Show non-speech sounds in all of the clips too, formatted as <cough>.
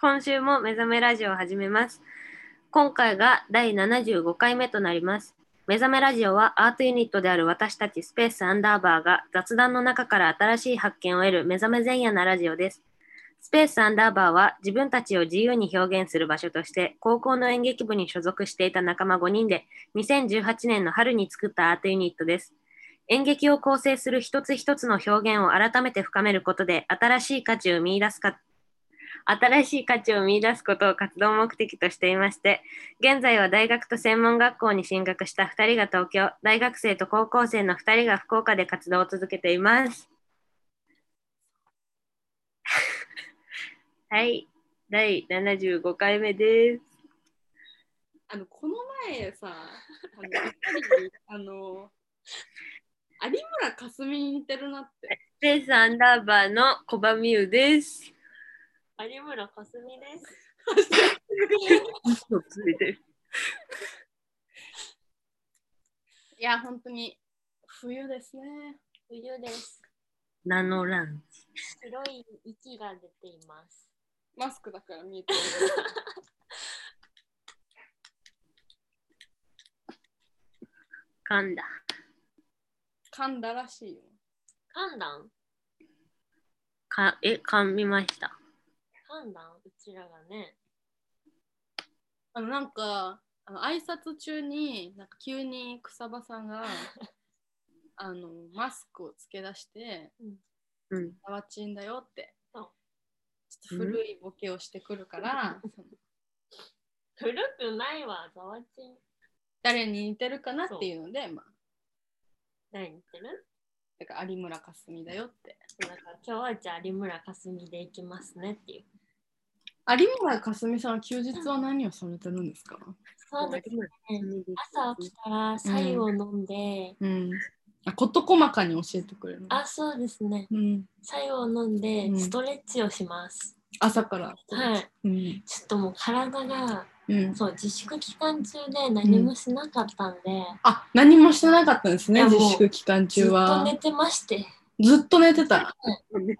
今週も目覚めラジオを始めます。今回が第75回目となります。目覚めラジオはアートユニットである私たちスペースアンダーバーが雑談の中から新しい発見を得る目覚め前夜なラジオです。スペースアンダーバーは自分たちを自由に表現する場所として高校の演劇部に所属していた仲間5人で2018年の春に作ったアートユニットです。演劇を構成する一つ一つの表現を改めて深めることで新しい価値を見出すか新しい価値を見出すことを活動目的としていまして現在は大学と専門学校に進学した2人が東京大学生と高校生の2人が福岡で活動を続けています。 <laughs> はい第75回目です。あのこの前さ、 <laughs> あのやっぱりあの有村架純に似てるなって。スペースアンダーバーの小場美優です。有村架純です。嘘ついてるいや、本当に冬ですね。冬です。名乗らん。白い息が出ています。マスクだから見えてる。噛んだ。噛んだらしいよ。寒暖かえ、噛みました。寒暖うちらがね。あのなんかあの挨拶中になんか急に草場さん <laughs> があのマスクをつけ出して <laughs> うん。 「ざわちんだよ」ってちうょんっと古いボケをしてくるから、その古くないわ、ざわちん。誰に似てるかなっていうので、まあ、何言ってるだから有村架純だよって。だから今日はじゃあ有村架純でいきますねっていう。有村架純さんは休日は何をされてるんですかそうです。朝起きたら白湯を飲んで、うん。あ、事細かに教えてくれる。あ、そうですね。うん。白湯を飲んでうんストレッチをします。朝から。はい。うん。ちょっともう体がうん。そう自粛期間中で何もしなかったんで、あ、何もしてなかったんですいね、やもう自粛期間ずっ中とは寝。てまして。ずっと寝てた。ずず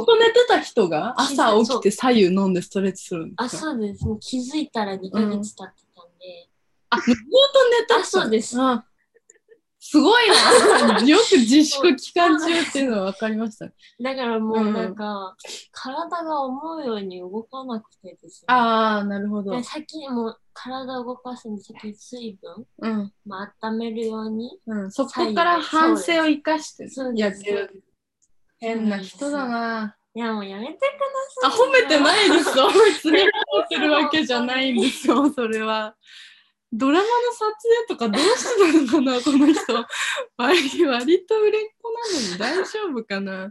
っと寝てた人が朝起きて左右飲んでストレッチするんあ、ですかそうです。もう気づいたら2ヶ月経ってたんで。あ、ずっと寝てた。あそうですあ。すごい <laughs> な。よく自粛期間中っていうのは分かりましたね。だからもううんなんか、体が思うように動かなくてですね。ああ、なるほどで。先にもう体を動かすに先に水分、うん。まあ、温めるように。うん。そこから反省を生かしてそうやでっすてる。変な人だな。いやもうやめてくあ、ださい。褒めていないですよ。別に褒めてるわけじゃないんですよ、それは。ドラマの撮影とかどうしてたのかな、この人。割割と売れっ子なのに大丈夫かな。ね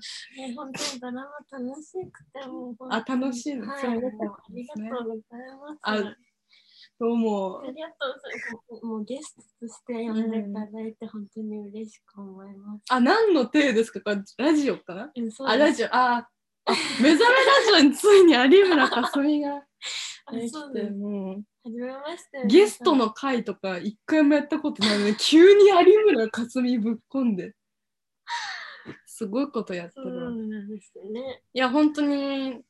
本当にドラマ楽しくてもう本当に。あ、楽しいの。はい、そうあなりんがでとうあすりがねとうございます。あありがとどうも。うございます。もうゲストとして呼んでいただいて本当に嬉しく思います。あ、何の手ですかこれラジオかなうん、そうあ、ラジオ、あ、あ目覚めラジオについに有村架純がで来すあそうて、です。もう。はじめまして。ゲストの回とか一回もやったことないのに急に有村架純ぶっこんですごいことやってそうるわ、いなんですね。や本当に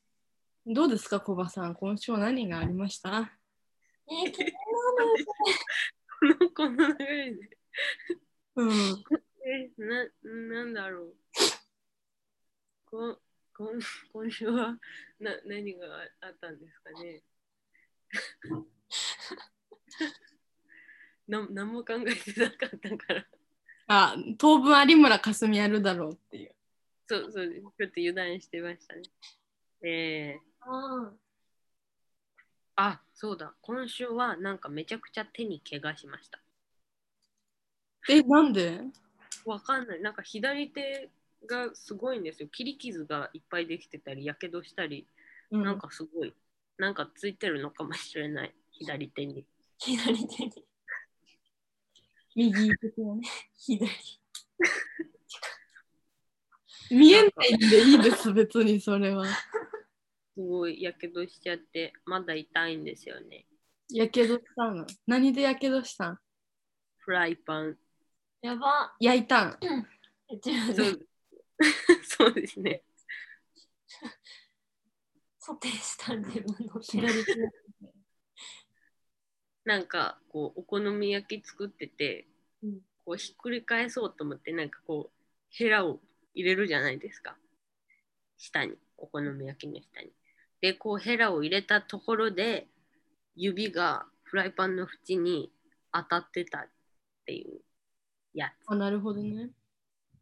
どうですかコバさん今週は何がありましたえー、気に <laughs> この流れで。うんえ、な、なんだろう。こん、こん、今週は、な、何があったんですかね。 <laughs> な、何も考えてなかったから。あ当分有村架純やるだろうっていうそう、そうです、ちょっと油断してましたね。えー、ああ、そうだ。今週は、なんかめちゃくちゃ手に怪我しました。えなんでわかんない。なんか左手がすごいんですよ。切り傷がいっぱいできてたり、やけどしたり。うんなんかすごい、なんかついてるの <laughs> かもしれない、左手に。左手に、右的なね左。見えないんでいいです別にそれはすごい、やけどしちゃって、まだ痛いんですよね。やけどしたの何でやけどしたんフライパン。やば。焼いたん自分そでうそうですね。そっ転した自分の手左手。なんかこうお好み焼き作ってて、うんこうひっくり返そうと思ってなんかこうヘラを入れるじゃないですか下にお好み焼きの下に。でこうヘラを入れたところで指がフライパンの縁に当たってたっていうやつあ、なるほどね。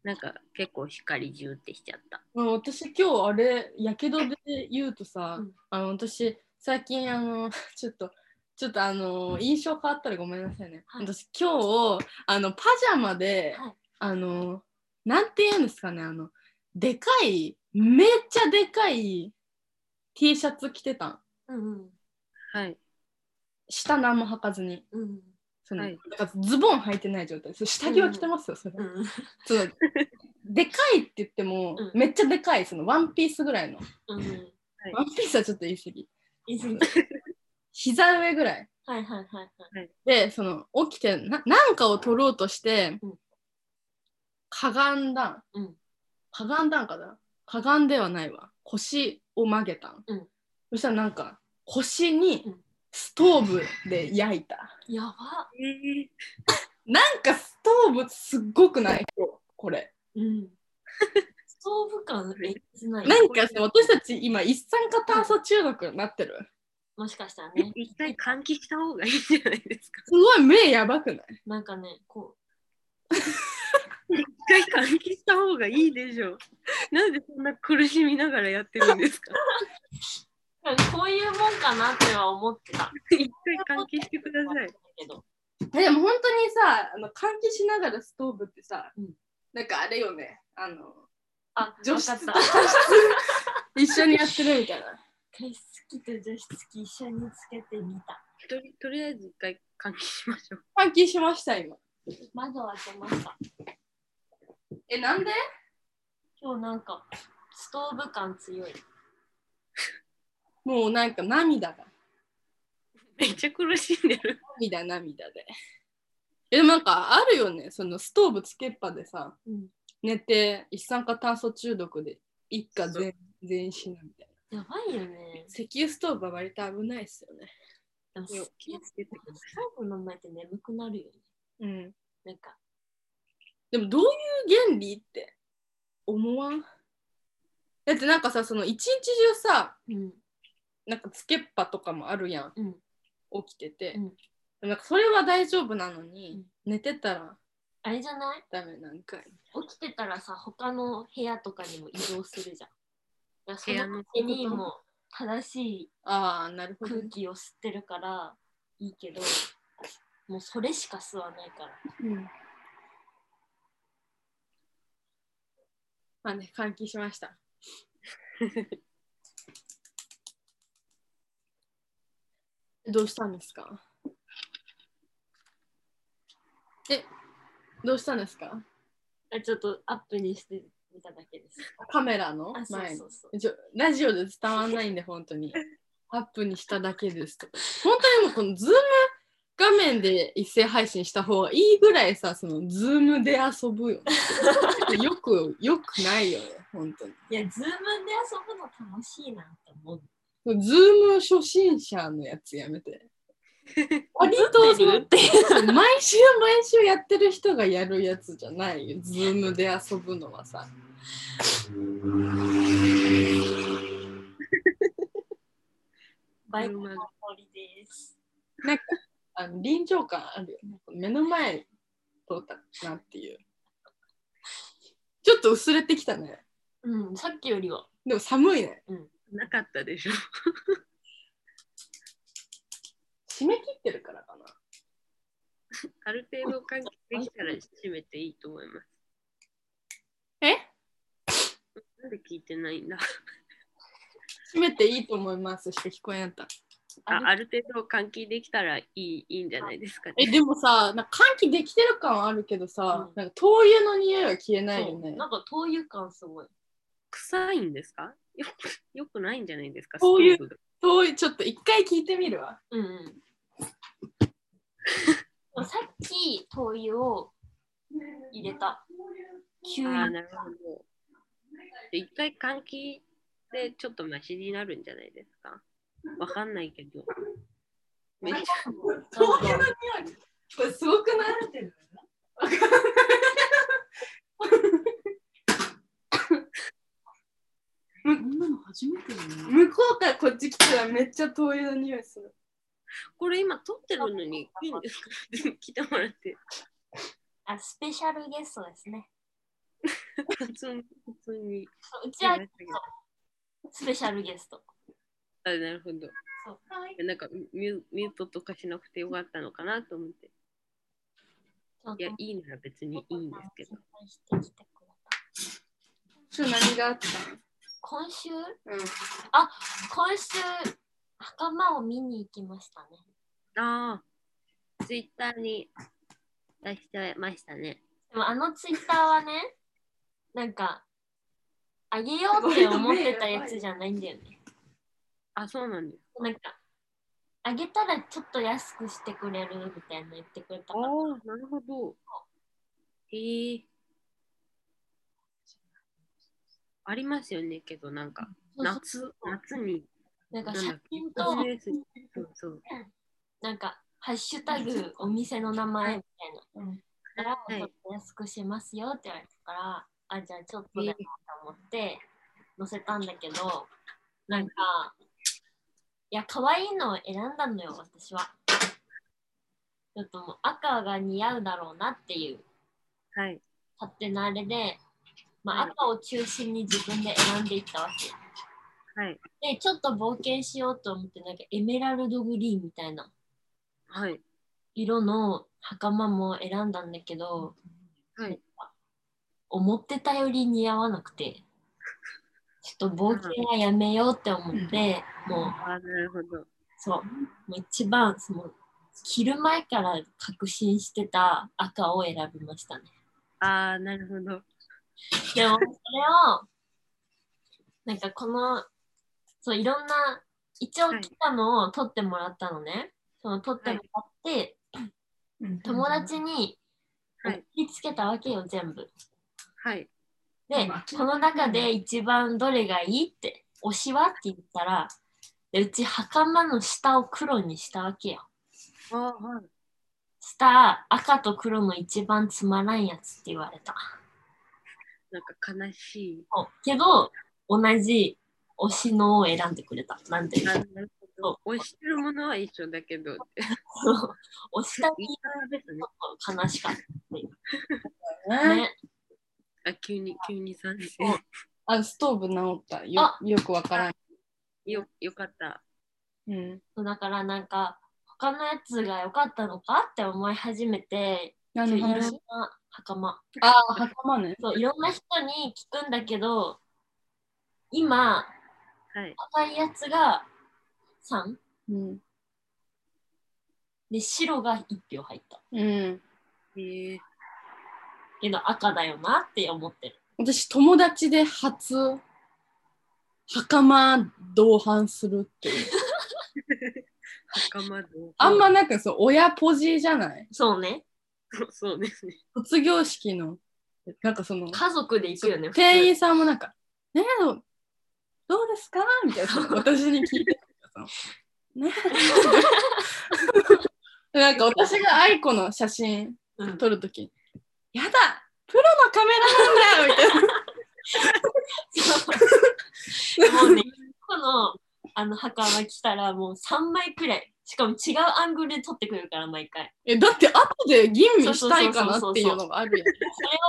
なんか結構光ジューってしちゃった。まあ私今日あれやけどで言うとさ、うんあの私最近あの <laughs> ちょっとちょっとあの印象変わったらごめんなさいね、はい私今日あのパジャマで、はいあのなんて言うんですかねあのでかいめっちゃでかい T シャツ着てたんうんはい、下何も履かずにうんその、はいだからズボン履いてない状態です下着は着てますよそれ、うんそのでかいって言っても、うんめっちゃでかいそのワンピースぐらいのうんワンピースはちょっと言い過ぎ。いいですね膝上ぐらい。はいはいはいはいで、その起きてな、なんかを取ろうとして、うんかがんだん。うんかがんだんかなかがんではないわ。腰を曲げたん。うんそしたらなんか、腰にうんストーブで焼いた。やばえなんかストーブすっごくないこれ。うんストーブ感えげつないなんかさ私たち今一酸化炭素中毒になってる。もしかしたらーね、一回換気した方がいいんじゃないですか。すごい目やばくないなんかねこ一回換気した方がいいでしょう。なんでそんな苦しみながらやってるんですかうなんかこういうもんかなっては思ってた一回換気してください。けどえでも本当にさあの換気しながらストーブってさ、うんなんかあれよねあのあ女女子子とと一緒にやってるみたいな加湿器と除湿器一緒につけてみたとりとりあえず一回換気 <laughs> しましょう。換気しました今窓開けましたえなんで今日なんかストーブ感強いもうなんか涙がめっちゃ苦しんでる。涙涙でえでもなんかあるよねそのストーブつけっぱでさうん寝て一酸化炭素中毒で一家全全員死ぬみたいなやばいよね石油ストーブは割と危ないっすよねでも好きや気をスつけてくださトーブの前って眠くなるよねうんなんかでもどういう原理って思わんだってなんかさその一日中さうんなんかつけっぱとかもあるやんうん起きてて、うんでもなんかそれは大丈夫なのに、寝てたらあれじゃないダメなんかい起きてたらさ他の部屋とかにも移動するじゃんいやそ部屋のの時にも正しいああなるほど空ね、気を吸ってるからいいけどもうそれしか吸わないからうんまあね換気しました <laughs> どうしたんですかえどうしたんですかあちょっとアップにしてみただけですカメラのあそう前にそうそうちょラジオで伝わんないんで本当にアップにしただけですとか本当にもうこのズーム画面で一斉配信した方がいいぐらいさそのズームで遊ぶよ、ね、よくよくないよね本当にいやズームで遊ぶの楽しいなって思うズーム初心者のやつやめて割とそ映のってるっていうそう毎週毎週やってる人がやるやつじゃないよ。ズームで遊ぶのはさ。バイクの車が森ですあの臨場感あるよね。目の前通ったなっていう。ちょっと薄れてきたね。うんさっきよりはでも寒いね。い。なかったで <laughs> しょ。締め切ってるからかな。ある程度換気できたら閉めていいと思います。えなんで聞いてないんだ締めていいと思いますしか聞こえなかった。あある程度換気できたらいいいいんじゃないですかえ、ね。でもさ、なんか換気できてる感はあるけどさ、うんなんか灯油の匂いは消えそないようね。なんか灯油感すごい臭いんですかよくよくないんじゃないですかそういうストーブが灯油、ちょっと一回聞いてみるわ。うんうん <laughs> さっき灯油を入れた給ああ、油なるほど。で一回換気でちょっとマシになるんじゃないですかわかんないけど。めっちゃ東京の匂い。これすごくないこんなの初めてだな。向こうからこっち来たらめっちゃ灯油の匂いする。これ今撮ってるのにいいんですか <laughs> 来てもらって。あ、スペシャルゲストですね。普通に。普通にそううちはスペシャルゲスト。あなるほど。そうなんかミュミュートとかしなくてよかったのかなと思って。ちょっいとや、いいなら別にいいんですけど。心配してきてくれた今日何があった今週、うんあ、今週、袴を見に行きましたね。ああ、ツイッターに出してましたね。でもあのツイッターはね、 <laughs> なんか、あげようって思ってたやつじゃないんだよね。あ、そうなんです。なんか、あげたらちょっと安くしてくれるみたいな言ってくれたあから、あ、なるほど。へえ。ありますよね、けどなんか、そう夏、夏に、そうなんかなんだ写っ真と、 SNS にそうそう。なんか、ハッシュタグ、お店の名前みたいな。から、はいちょっと安くしますよって言われたから、あ、じゃあちょっとでもと思って、載せたんだけど、なんか、いや、可愛いのを選んだのよ、私は。ちょっともう赤が似合うだろうなっていうはい。勝手なあれで、まあ、はい赤を中心に自分で選んでいったわけ。はい。で、ちょっと冒険しようと思って、なんかエメラルドグリーンみたいなはい。色の袴も選んだんだけど、はい。思ってたより似合わなくて、ちょっと冒険はやめようって思って、もう、ああ、なるほど。そう、もう一番、その、着る前から確信してた赤を選びましたね。ああ、なるほど。でもそれをなんかこのそういろんな一応はい来たのを撮ってもらったのね、その撮ってもらって、友達にはい送りつけたわけよ全部はい。でこの中で一番どれがいいって推しはって言ったらでうち袴の下を黒にしたわけよああ、はい。したら赤と黒の一番つまらんやつって言われたなんか悲しそうけど同じ推しのを選んでくれたなんていい。うのあなるほど。推してるものは一緒だけど、お下言にい方ですね。悲しかっねたね。あ、急に、急に賛成。あ、ストーブ直った。よよくわからん。よ、よかった。うん。だからなんか他のやつが良かったのかって思い始めて、あいのろんな話。袴ああ、袴ね。そういろんな人に聞くんだけど、今はい。赤いやつが3うん。で白が1票入った。うん。へえけど赤だよなって思ってる。私、友達で初、袴同伴するっていう。袴どうあんまなんかそう、親ポジじゃないそうね。そうそうですね。卒業式の、なんかその、家族で行くよね。店員員さんもなんか、ねえ、どうですかみたいな、私に聞いてたの。ね <laughs> え。なんか私が愛子の写真うん撮るとき、やだプロのカメラマンだみたいな。 <laughs> もうね、このあの墓が来たらもう3枚くらい。しかも違うアングルで撮ってくるから毎回。え、だって後で吟味したいかなっていうのがあるやん。それ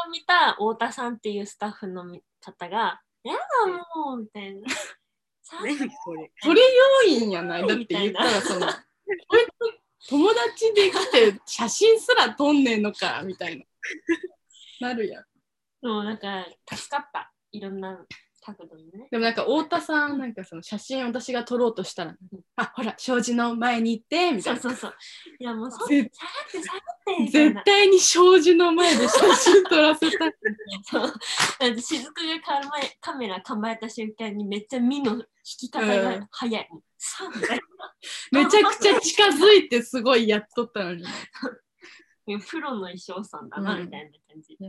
を見た太田さんっていうスタッフの方が、やだもうみたいな。さ何これ。それ要因やないだって言ったらその、こいつ友達で来て写真すら撮んねえのかみたいな。なるやん。そうなんか助かった。いろんな角度でね。でもなんか太田さんなんかその写真私が撮ろうとしたら「あほら障子の前に行って」みたそいうなそうそう。いやもうそう、絶下がって下がってみたい絶な。対に障子の前で写 <laughs> 真撮らせたいそうだって雫がカメカメラ構えた瞬間にめっちゃ身の引き方が早い。さあみたいめちゃくちゃ近づいてすごいやっとったのにな。プロの衣装さんだなみたいな感じ。う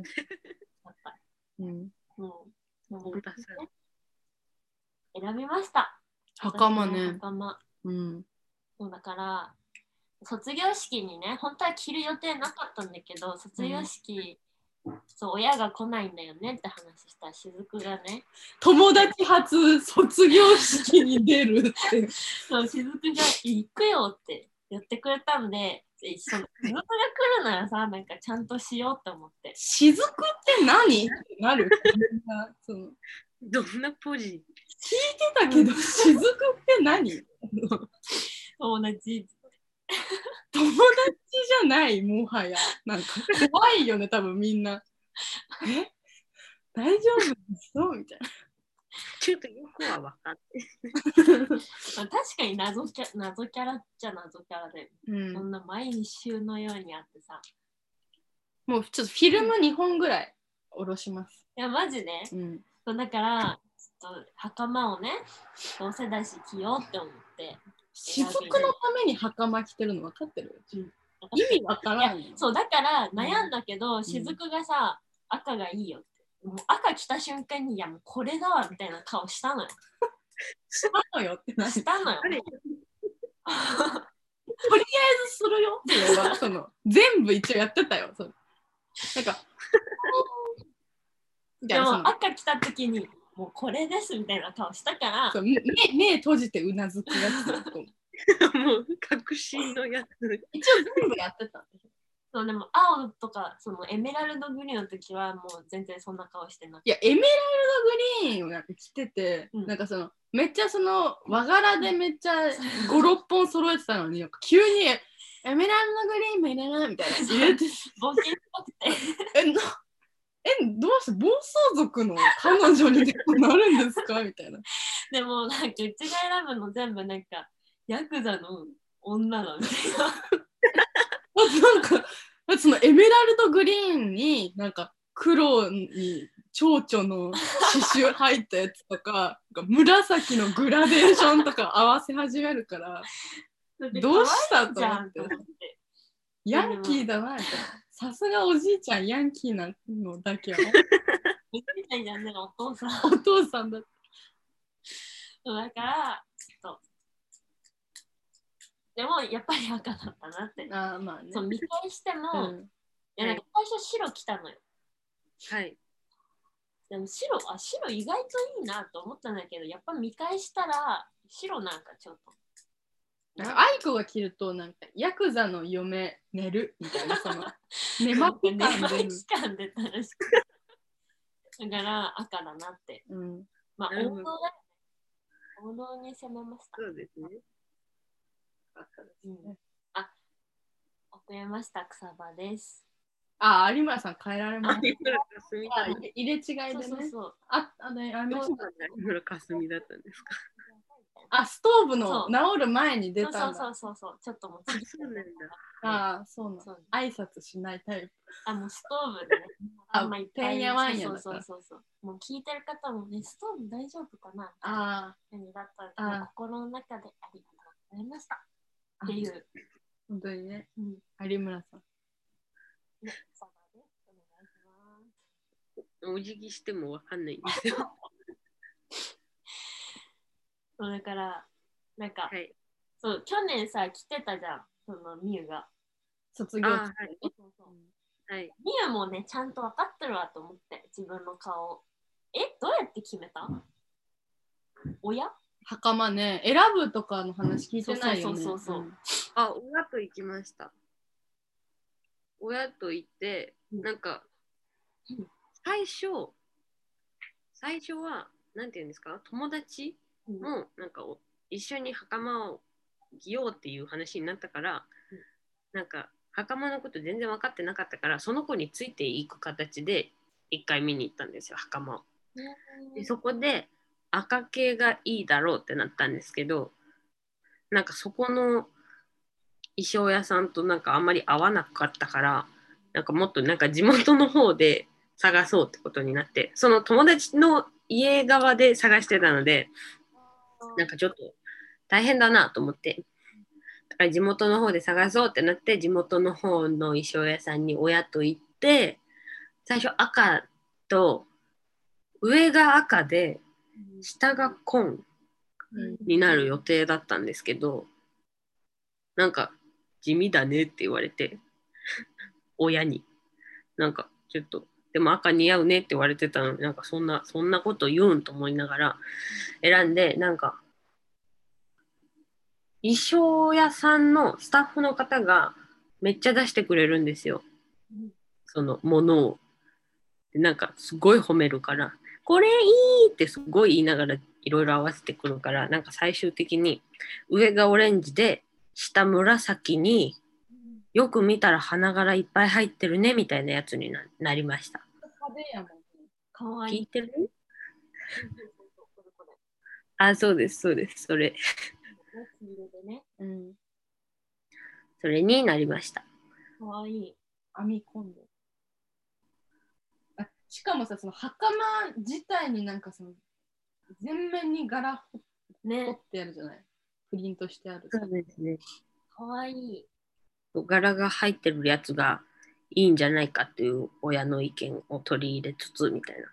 んうん。もう太田さん。選びました。袴私ねの。袴。うん。そうだから、卒業式にね、本当は着る予定なかったんだけど、卒業式、そう、親が来ないんだよねって話したら、雫がね、友達初卒業式に出るって。そう、雫が行くよって言ってくれたんで、でその仕事が来るならさ、なんかちゃんとしようって思って。雫って何ってなる。みんなその聞いどんなポジてたけど、雫って何友達、友達じゃないもはやなんか怖いよね多分みんなえ大丈夫そうみたいなちょっとよくは分かって。まあ、確かに謎キャ謎キャラっちゃ謎キャラで、こんな毎週のようにあってさ。もうちょっとフィルム2本ぐらい下ろします、いや、マジで、うん、そうだから、ちょっと袴をね、どうせだし着ようって思って。雫のために袴着てるの分かってる、うん意味わからんよそうだから悩んだけど、雫がさ赤がいいよってもう赤着た瞬間にいやもうこれだわみたいな顔したのよしたのよってなしたのよ <laughs> 誰するよっていうのはその全部一応やってたよそのなんかみたいでなそもの赤着た時にもうこれですみたいな顔したからそう目目閉じてうなずくやつこうもう、確信のやつ。一応全部やってたそうでも青とかそのエメラルドグリーンの時はもう全然そんな顔してなくいやエメラルドグリーンをなんか着てて、うんなんかそのめっちゃその和柄でめっちゃ56本揃えてたのになんか急に「エメラルドグリーンもいらない」みたいな入れて冒険っぽくて <laughs> えなえどうして暴走族の彼女にでもなるんですかみたいなでもなんかうちが選ぶの全部なんかヤクザの女だみたいなまずなんかまずそのエメラルドグリーンになんか黒に蝶々の刺繍入ったやつとかなんか紫のグラデーションとか合わせ始めるからどうしたとじ思ゃっんてと思ってヤンキーだなみたいな。さすがおじいちゃんヤンキーなのだ <laughs> けは見てたじゃんねお父さんお父さんだってそうだから、ちょっと。でも、やっぱり赤だったなって。ああまあねそう見返してうも、んいやなんか最初白来たのよ。はい。でも白、あ、白意外といいなと思ったんだけど、やっぱ見返したら、白なんかちょっと。なんかアイコが着るとなんかヤクザの嫁寝るみたいなそ <laughs> の寝まくね、感出る期間でたらしく。だから、赤だなって。うんまあ、なる王ほど道だよね。王道に攻めました。そうですね。うん、あ、遅れました、草場です。あ有村さん変えられまあす、有村架純あ入れ入れ違いでねそうそうそう。ああねあどのうしたんだ有村架純だったんですかあストーブのそう治る前に出たんだそうそうそうそう、ちょっともうあ次、そうなんだ。ああそうなのそう挨拶しないタイプあのストーブでね。あんまいってんやわんやそだうかそうらそうそう。もう聞いてる方もね、ストーブ大丈夫かなああ何だったらあ心の中でありがとうございました。あっていう。本当にねうん。有村さんね、そうだね。お願いします。お辞儀してもわかんないんですよ。そうだから、なんか、はい。そう、去年さ、来てたじゃん。そのみゆが。卒業あ式はそうそうい。はい。みゆもね、ちゃんと分かってるわと思って、自分の顔を。え、どうやって決めた親袴ね選ぶとかの話聞いてないよねそうそうそうそうあ、親と行きました。親と行って、うんなんかうん、最初、最初は、なんていうんですか、友達うんも、なんかお、一緒に袴を着ようっていう話になったからうん、なんか、袴のこと全然分かってなかったから、その子についていく形で、一回見に行ったんですよ、袴を。でそこで赤系がいいだろうってなったんですけどなんかそこの衣装屋さんとなんかあんまり合わなかったからなんかもっとなんか地元の方で探そうってことになってその友達の家側で探してたのでなんかちょっと大変だなと思ってだから地元の方で探そうってなって地元の方の衣装屋さんに親と行って最初赤と上が赤で下が紺になる予定だったんですけどなんか地味だねって言われて親になんかちょっとでも赤似合うねって言われてたのになんかそんなそんなこと言うんと思いながら選んでなんか衣装屋さんのスタッフの方がめっちゃ出してくれるんですようんそのものをでなんかすごい褒めるから「これいい!」ってすごい言いながらいろいろ合わせてくるからなんか最終的に上がオレンジで下紫によく見たら花柄いっぱい入ってるねみたいなやつにななりました。やもん。かわい聞いい。てるあ、そうです、そうです。それ、黄色でね。うん。それになりました。かわいい。編み込んで。あしかもさ、その袴自体になんかその、全面に柄彫彫ねっ。てあるじゃないプリントしてある。そうですね。かわいい。柄が入ってるやつがいいんじゃないかという親の意見を取り入れつつみたいな。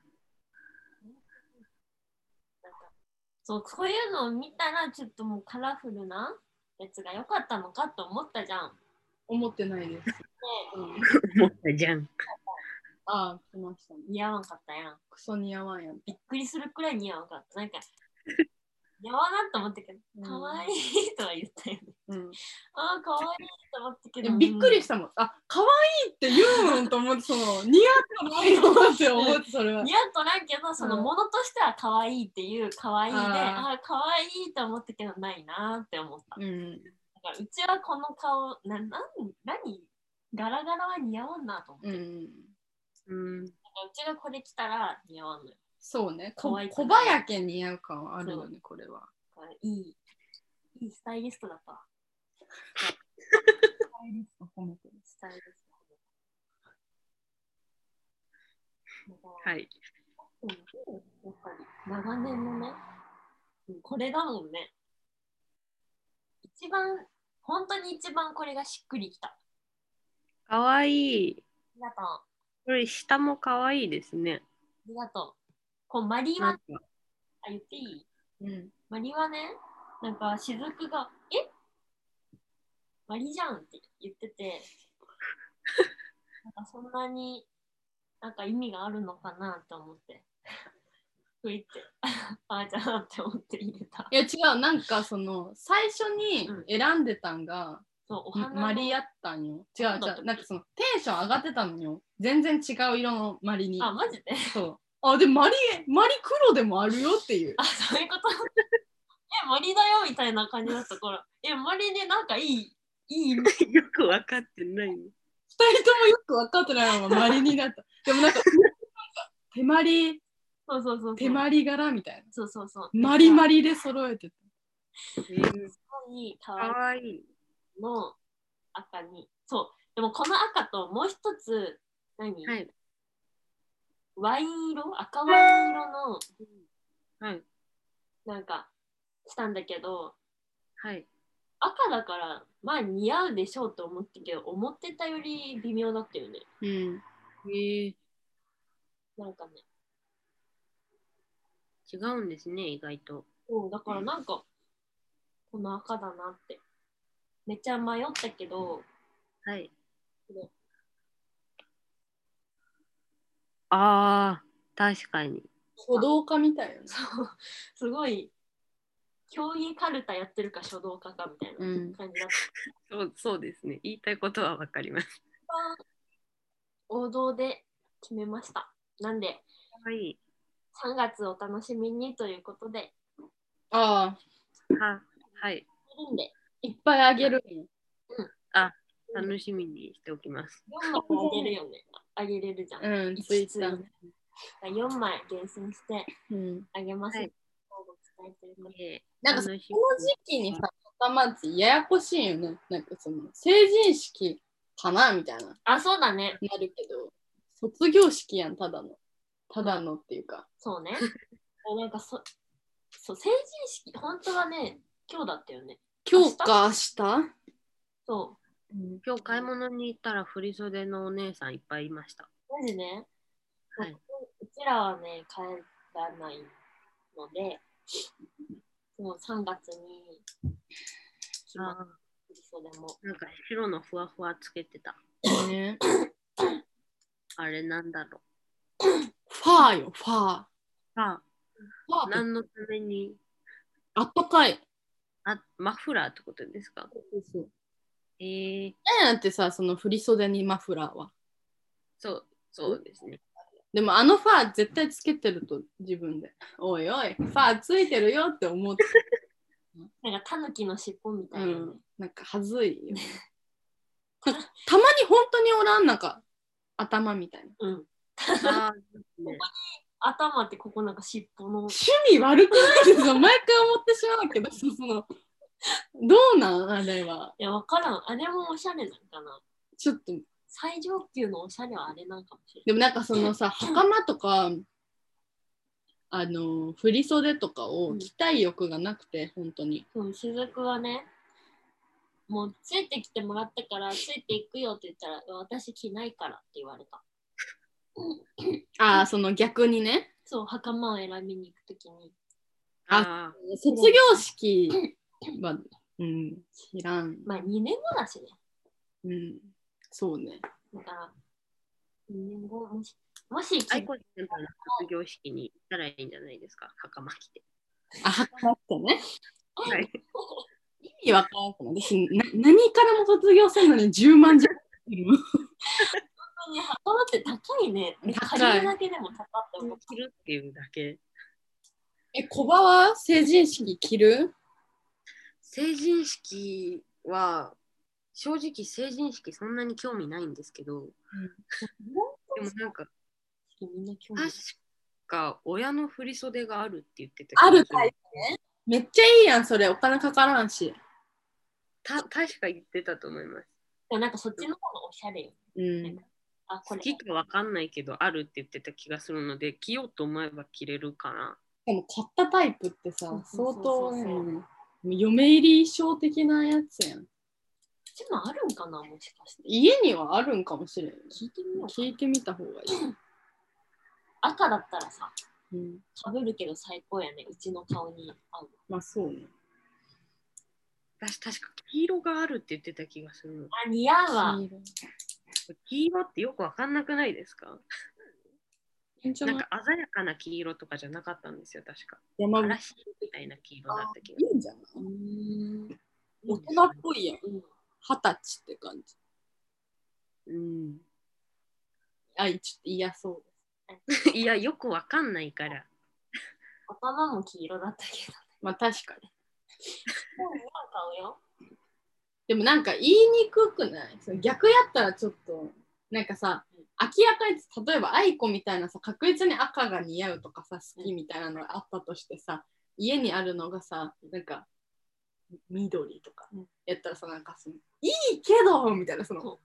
そう、こういうのを見たら、ちょっともうカラフルなやつが良かったのかと思ったじゃん。ね思ってないです。うん思ったじゃん。ああ、来ましたね。似合わんかったやん。クソ似合わんやん。びっくりするくらい似合わんかっ <laughs> た。なんか、似合わなと思ったけうんど、かわいいとは言ったよね。うんああ、かわいいと思ったけえど。びっくりしたもん。あ可愛いって言うのんと思って、その似合ってないのって思って、それは。似合っとらんけど、そのうんものとしては可愛いっていう可愛いで、あーああ、可愛いと思ったけどないなーって思った。うん、だからうちはこの顔、な、なん、何ガラガラは似合わんなと思って。うだん、かうん。らうちがこれ着たら似合わんのよ。そうね。こ可愛くない小早け似合う感はあるよね、これは。だからいい、いいスタイリストだったわ。スタイリスト。はい。うんやっぱり長年のね、うんこれだもんね。一番、本当に一番これがしっくりきた。あかわいい。りがとう。あこれ下もかわいいですね。りがとう。こう、マリなはん、かあ、言っていいうん、マリはね、なんか、雫が、えマリじゃんって言っ <laughs> てて、なんかそんなになんか意味があるのかなって思って、ふいって、 <laughs> ああじゃあって思って入れた。いや違うなんかその最初にうん選んでたんが、そう、おま花のマリやったんよ違う違そうだったうなんかそのテンション上がってたのよ全然違う色のマリにあ、マジでそうあでマリマリ黒でもあるよっていうあ、そういうことえ、森だよみたいな感じだったから、え、森でなんかいい、いい意味、よくわかってない。二人ともよく分かってないままマリになったでもなんか <laughs> 手マリそうそうそうそ手う。マリ柄みたいそうそうそう。なマリマリで揃えてたいい、かかわいわいい。いの赤に。そう。でもこの赤ともう一つ、何、はい。ワイン色赤ワイン色の、はい。なんか、したんだけど、はい。赤だから、まあ似合うでしょうと思ったけど、思ってたより微妙だったよね。うんへえなんかね。違うんですね、意外と。うん、だからなんか、この赤だなって。めっちゃ迷ったけど、 <laughs> はいね。ああ、確かに。書道家みたいよねそうすごい、競技かるたやってるか書道家かみたいなうん感じだった。そうそうですね。言いたいことはわかります。王道で決めました。なんで、はい。 3月お楽しみにということで、ああは、はい。いるんで、いっぱいあげるんよ楽しみにしておきます。 4枚あげるよね。あげれるじゃん。うんツイッターね4枚厳選してうんあげます。はい交互期待ということでえーなんか楽しこの時期にさ、頭ってややこしいよね。なんかその成人式かなみたいな、なあ、そうだね。るけど、卒業式やん、ただの。ただのっていうか。そうね。 <laughs> あなんかそ、そう、成人式、本当はね、今日だったよね。今日か明日そうん今日買い物に行ったら振り袖のお姉さんいっぱいいました。う。マジね。はいうちらはね、帰らないので、もう3月に決まっあてそれも。ーなんか白のふわふわつけてた。ね。あれなんだろう。ファーよ、ファー。あファーって何のためにあったかい。あマフラーってことですかえー、ダイアンってさ、その振り袖にマフラーは。そうそうですね。でもあのファー絶対つけてると自分で。おいおい、ファーついてるよって思って。なんかタヌキの尻尾みたいうなね、ん、なんかはずいよ。 <laughs> たまに本当におらん、なんか頭みたいな。うんあーね頭ってここなんか尻尾の。趣味悪くないですよ。毎回思ってしまうけど、 <laughs> その、どうなんあれは。いや、わからん。あれもおしゃれなんかな。ちょっと、最上級のおしゃれはあれなんかもしれない。でもなんかそのさ、袴とか、あの、振り袖とかを着たい欲がなくて、本当に。でも雫はね、もうついてきてもらったから、ついていくよって言ったら、いや私着ないからって言われた。ああ、その逆にね。そう、袴を選びに行くときに。あー卒業式は、うん、知らん。まあ2年後だしね。うん、そうね。だから、2年後、もし、もし着愛子先輩の卒業式に行ったらいいんじゃないですか袴着て。あ、袴ってね。はい、意味わからんくない私な、何からも卒業するのに10万じゃ本当に袴って高いね。高い借りるだけでも高って思っ着るっていうだけ。え、小葉は成人式着る成人式は正直成人式そんなに興味ないんですけど、でもなんかてみんな興味確ないか親の振り袖があるって言ってたあるタたイプね。めっちゃいいやん、それ。お金かからんし。た確か言ってたと思います。でもなんかそっちの方がおしゃれよ。うん。あ、こ好れ。きかわかんないけどあるって言ってた気がするので着ようと思えば着れるかな。でも買ったタイプってさそう、そ相うそうそう当ね、もう嫁入り衣装的なやつやん。こっちもあるんかなもしかして。家にはあるんかもしれんよ。聞いてみようか聞いてみた方がい赤だったらさ、い。うん。かぶるけど最高やね。うちの顔に合う。まあそうね。私確か黄色があるって言ってた気がするの。あ、似合うわ。黄色黄色ってよくわかんなくないですかいいんじゃななんいか鮮やかな黄色とかじゃなかったんですよ、確か。山口嵐みたいな黄色だった気がいいんじゃないうーん。大人っぽいやん。うん二十歳って感じ。うん。あ、ちょっと嫌そう。いや、よくわかんないから。頭も黄色だったけど。まあ確かに。もう似合う顔よ。でもなんか言いにくくないその逆やったらちょっと、なんかさ、明らかに例えば愛子みたいなさ、確実に赤が似合うとかさ、好きみたいなのがあったとしてさ、家にあるのがさ、なんか、緑とかうんやったらさ、なんかその、いいけどみたいな、その、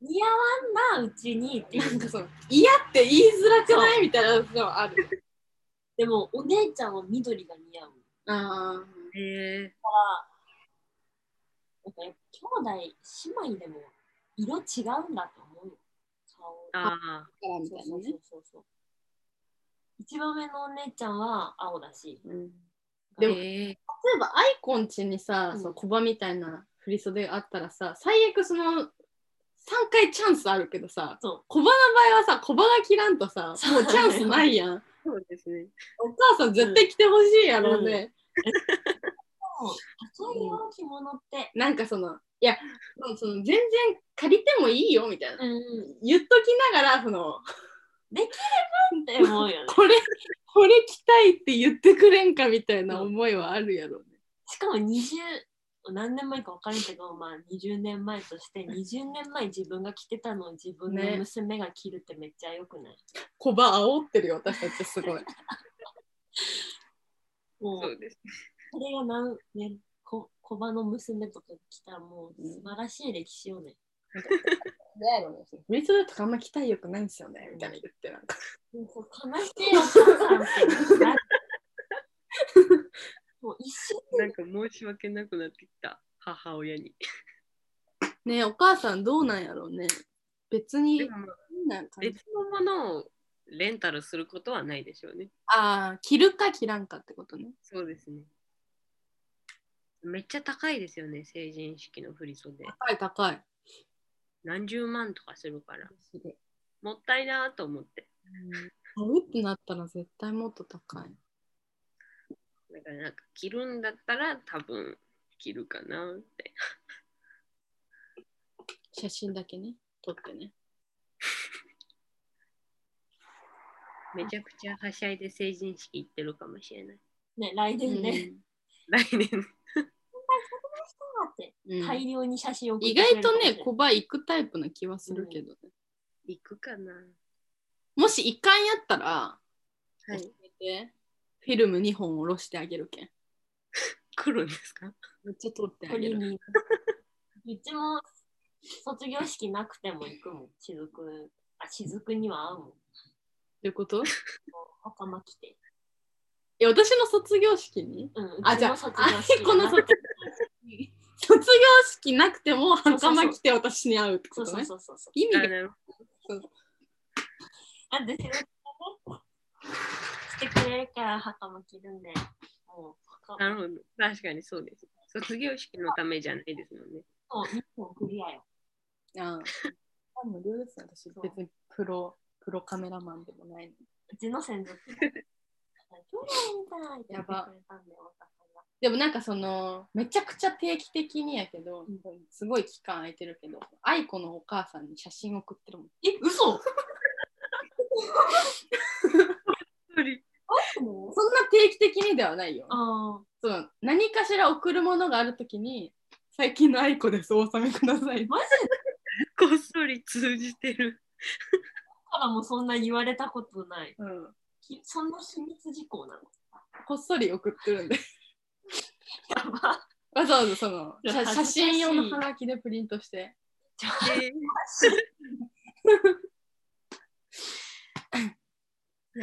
似合わんな、うちにってないんう。かその、嫌って言いづらくないみたいなのはある。でも、お姉ちゃんは緑が似合う。ああ。へえ。なんかやっぱ兄弟、姉妹でも色違うんだと思うよ。顔。ああ。からそうみたいなそうね。そうそう。一番目のお姉ちゃんは青だし。でもへえ例えばアイコンちにさ、うんその小バみたいな振り袖があったらさ最悪その3回チャンスあるけどさそう。小バの場合はさ小バが切らんとさもうチャンスないや <laughs> んそうですね。お母さん絶対着てほしいやろうね、高いよ、着物って。なんかそのいやもうその全然借りてもいいよみたいな、うん。言っときながらそのって思うよね。これこれ着たいって言ってくれんかみたいな思いはあるやろうね、しかも20何年前か分からんけど、まあ、20年前として20年前自分が着てたのを自分のね娘が着るってめっちゃよくない、小バ煽ってるよ私たちすごい <laughs> もそううです。これがなん、ね、こ小バの娘とか着たらもう素晴らしい歴史よね、だよね振り袖とかあんま着たいよくないんですよねみたいな言ってなんかもうこう悲しいお母さんってなもう一瞬なんか申し訳なくなってきた、母親に。ねえお母さんどうなんやろうね別にでも、なんか別のものをレンタルすることはないでしょうね。ああ着るか着らんかってことねそうですね。めっちゃ高いですよね、成人式の振り袖。高い高い。何十万とかするから。もったいなと思って。買うってなったら絶対もっと高い。だからなんか着るんだったら多分着るかなって。写真だけね、撮ってね。めちゃくちゃはしゃいで成人式行ってるかもしれない。ね、来年ね、来年。あってうん大量に写真を送っ意てく外れるとね、かもコバ行くタイプな気はするけどね。行くかなもし一貫やったら、はい。でフィルム2本下ろしてあげるけん。来るんですかめっちゃ撮ってあしれげないる。鳥に <laughs> うちも卒業式なくても行くもん、雫。あ、雫には会うもん。ということ袴着て。いや、私の卒業式にうん、あ、じゃあ、うちの卒あ業式このな卒業式。卒業式なくても袴着て私に会うってこそうとそうね。そうそうそう。意味あがなるあ、で、雫がね、してくれるから袴着るんで、もう、なるほど。確かにそうです。卒業式のためじゃないですもんね。もう、日本クリアよ。あ無料ですね、私。別にプロ、プロカメラマンでもないの。うちの専属。去年みたいやば。うでもなんかその、めちゃくちゃ定期的にやけど、すごい期間空いてるけど、愛子のお母さんに写真送ってるもん。え、嘘そんな定期的にではないよ。あその何かしら送るものがあるときに、最近の愛子です、お納めください。マジでこっそり通じてる。からもそんな言われたことない。うん、きそんな秘密事項なのこっそり送ってるんで、やば。わざわざそのいや写恥ず写かしい真用のハガキでプリントして。えー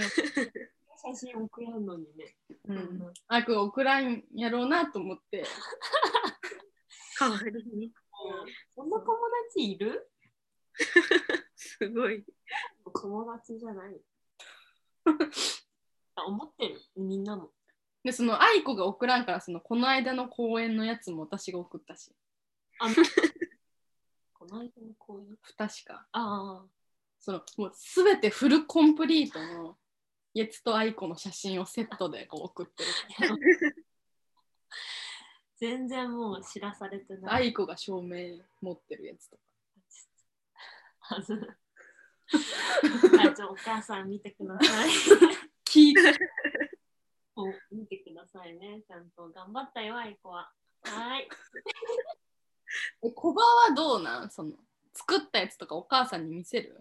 写真送らんのにね。うん、愛子送らんやろうなと思って、代わりに。そんな友達いるすごい。友達じゃない。あ <laughs> 思ってる、みんなも。でその愛子が送らんからそのこの間の公演のやつも私が送ったし、あこの間の公演。不確か。ああ。そのもうすべてフルコンプリートの。イエツと愛子の写真をセットでこう送ってる全然もう知らされてから。ない。愛子が証明持ってるやつとか。はず。 <laughs> あじゃあお母さん見てくだ <laughs> さい。聞いてお見てくださいね。ちゃんと頑張ったよ、アイコは。はーい。え、コバはどうなんその作ったやつとかお母さんに見せる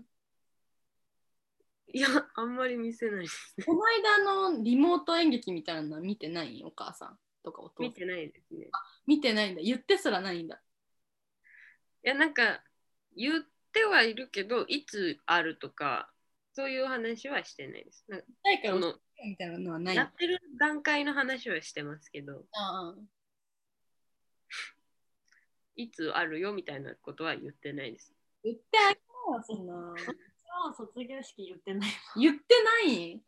いや、あんまり見せないですね。この間のリモート演劇みたいなのは見てないお母さんとかお父さん見てないですね。見てないんだ言ってすらないんだいや、なんか、言ってはいるけど、いつあるとか、そういう話はしてないです。なんかないかそらのみたいなのはないやってる段階の話はしてますけど、ああいつあるよみたいなことは言ってないです。言ってあげろよそんな今日卒業式言ってない。 <laughs> 言ってない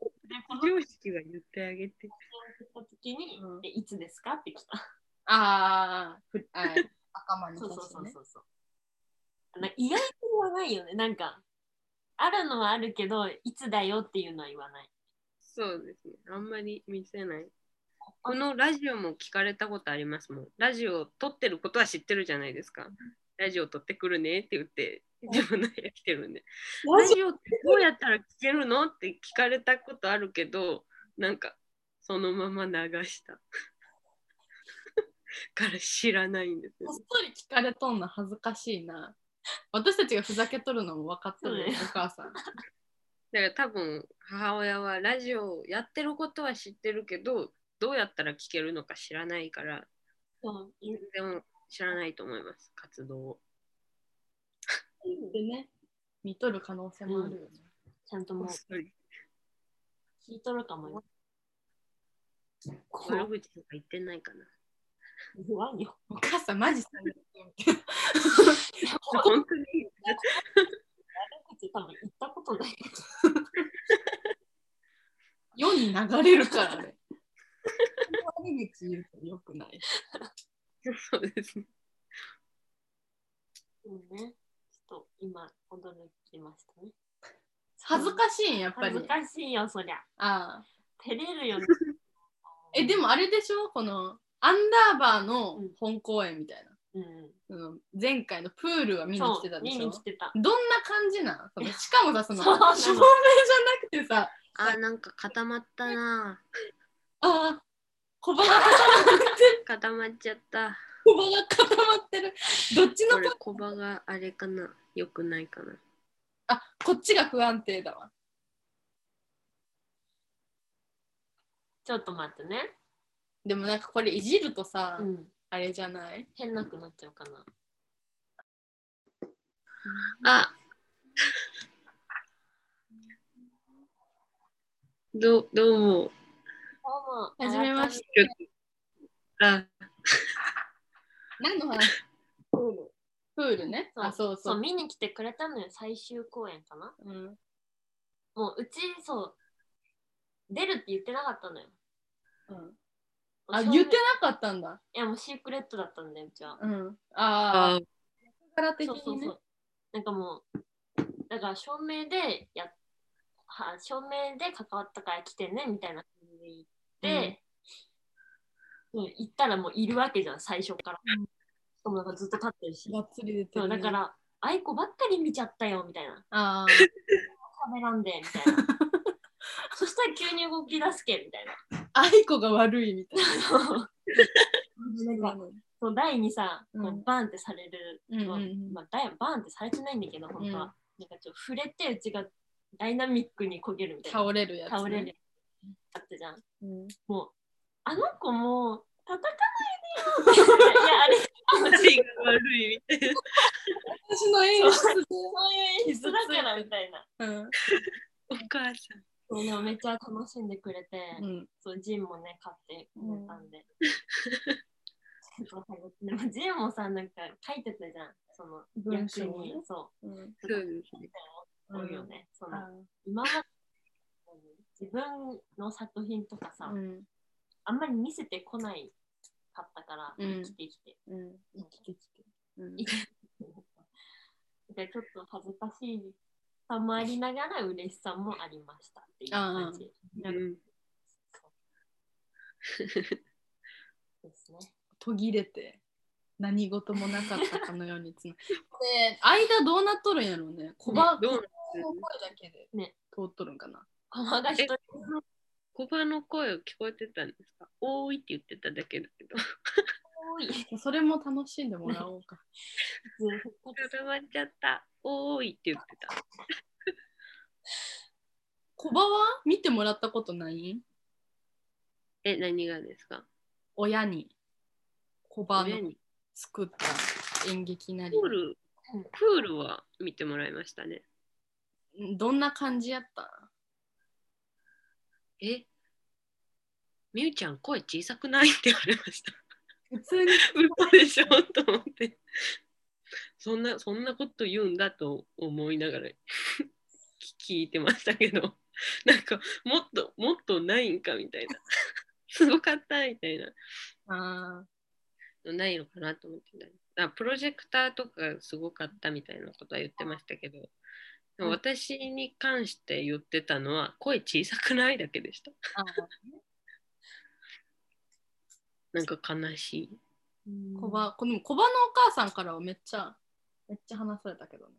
上式は言ってあげて。言った時に、うんえいつですかって来た。ああふあ頭にそうそう刺してそうねそうそう。なんか意外と言わないよね。なんか、あるのはあるけど、いつだよっていうのは言わない。そうですね。あんまり見せない。このラジオも聞かれたことありますもん。ラジオ撮ってることは知ってるじゃないですか。ラジオ撮ってくるねって言って、自分の部屋来てるんで。ラジオってどうやったら聞けるのって聞かれたことあるけど、なんかそのまま流した。 <laughs> から知らないんですよこっ。そり聞かれとんの恥ずかしいな私たちがふざけとるのも分かっとるよそうおね母さんだから多分母親はラジオやってることは知ってるけど、どうやったら聞けるのか知らないから、そういでも知らないと思います、活動を。でね見とる可能性もあるよね、ちゃんともう聞いとるかもよ。怖悪い口とか言ってないかな。怖いよ。お母さんマジさ本当に悪口多分言ったことない。 <laughs> 世に流れるからね。悪口言うとよくない。そうですね。そうね。ちょっと今、驚きましたね。恥ずかしいんやっぱ恥ずり。かしいよ、そりゃ。ああ照れるよね。えでもあれでしょこのアンダーバーの本公演みたいな。うん、その前回のプールは見に来てたでしそう見ょに来てた。どんな感じなんそのしかもさそのそうなの照明じゃなくてさあ、なんか固まったな。あー小腹が固まっちゃった。小腹が固まってるどっちのこプれ、小場があれかな。よくないかな。あこっちが不安定だわちょっと待ってね。でもなんかこれいじるとさ、うん、あれじゃない変なくなっちゃうかな。あどどどううも。も。。はじめましてあ何の話プールねそうあそうそ、そうう見に来てくれたのよ、最終公演かな。うん、もう、うち、そう、出るって言ってなかったのよ。うん、あ言ってなかったんだいや、もうシークレットだったんだよ、うちは。うんあああから的そうそにねうそう。なんかもう、だから、照明でやっ、は照明で関わったから来てね、みたいな感じで言って、うん行ったらもういるわけじゃん、最初から。うんしかもなんかずっと立ってるし。がっつり出てるそうね、だから、あいこばっかり見ちゃったよみたいな。ああ食べらんでみたい <laughs> な。そしたら急に動き出すけみたいな。あいこが悪いみたいななんかそう台にさ、こううんバンってされる、うんうんうんまあ、台バンってされてないんだけど、本当は。うんなんかちょっと触れてうちがダイナミックに焦げるみたいな。倒れるやつ、ね、倒れる。あったじゃん。うんもう、あの子もう叩かないでよいや、あ <laughs> れ、足が悪いみたいな。私の演出で、そういう演出だからみたいな。うんお母さん。そうでもめっちゃ楽しんでくれて。うん、そう、ジンもね、買ってくれた <laughs> んで。でもジンもさ、なんか書いてたじゃん。その文章をね役にそうんそうですね。うう、ん多いよね。そのあ今まで自分の作品とかさ、うんあんまり見せてこないかったから、うん生きてきて。うん生きてきて。うん生きてきて。でちょっと恥ずかしいさもありながら嬉しさもありましたっていう感じうんですね。途切れて何事もなかったかのように <laughs> つなで間どうなっとるんやろうね小葉どうなんでの声すだけで、ね通っとるんかなこのが一人小場の声を聞こえてたんですか多いって言ってただけだけ <laughs> ど。多 <laughs> い。それも楽しんでもらおうか固まっちゃった。多いって言ってた。小葉は見てもらったことないえ、何がですか親に小葉親のに作った演劇なりプール、プールは見てもらいましたね。どんな感じやったえみゆちゃん声小さくないって言われました。普通に嘘でしょと思ってそんなそんなこと言うんだと思いながら聞いてましたけどなんかもっともっとないんかみたいなすごかったみたいなあーないのかなと思ってたあプロジェクターとかすごかったみたいなことは言ってましたけどでも私に関して言ってたのは声小さくないだけでしたあなんか悲しいー小小葉葉この小葉のお母さんからはめっちゃめっちゃ話されたけどね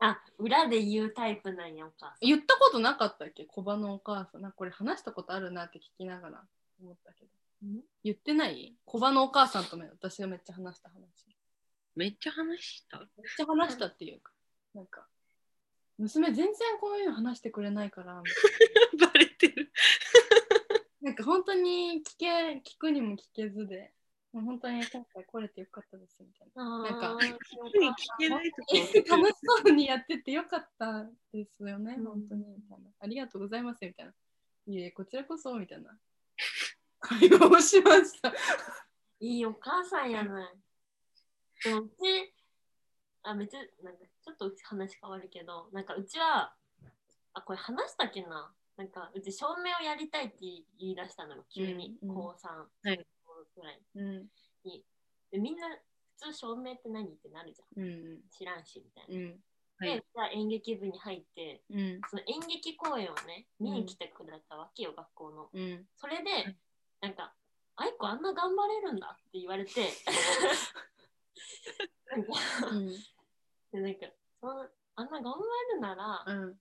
あ裏で言うタイプなんやお母言ったことなかったっけ小葉のお母さん。なんかこれ話したことあるなって聞きながら思ったけど。さん。言ってない小葉のお母さんとめ私がめっちゃ話した話。めっめっちゃ話した <laughs> ちゃ話したっていうか。なんか、娘全然こういうの話してくれないから、みたいバレてるななんか本当に聞け、聞くにも聞けずで、もう本当に今回来れてよかったですみたいな。なんか聞けないとこ楽しそうにやっててよかったですよね、うん本当にみたいな。ありがとうございますみたいな。いえ、こちらこそみたいな。会話をしました。いいお母さんやない。でもうちあ別になんかちょっと話変わるけどなんかうちはあこれ話したっけななんかうち照明をやりたいって言い出したのよ急に、うんうん高3はいぐらいうん。に通照明って何ってなるじゃんうん知らんしみたいな。うんはいでじゃあ演劇部に入ってうんその演劇公演をね見に来てくれたわけよ学校の。うんそれでなんか「あいこあんな頑張れるんだ」って言われて <laughs> なんかうんでなんかそのあんな頑張れるならうん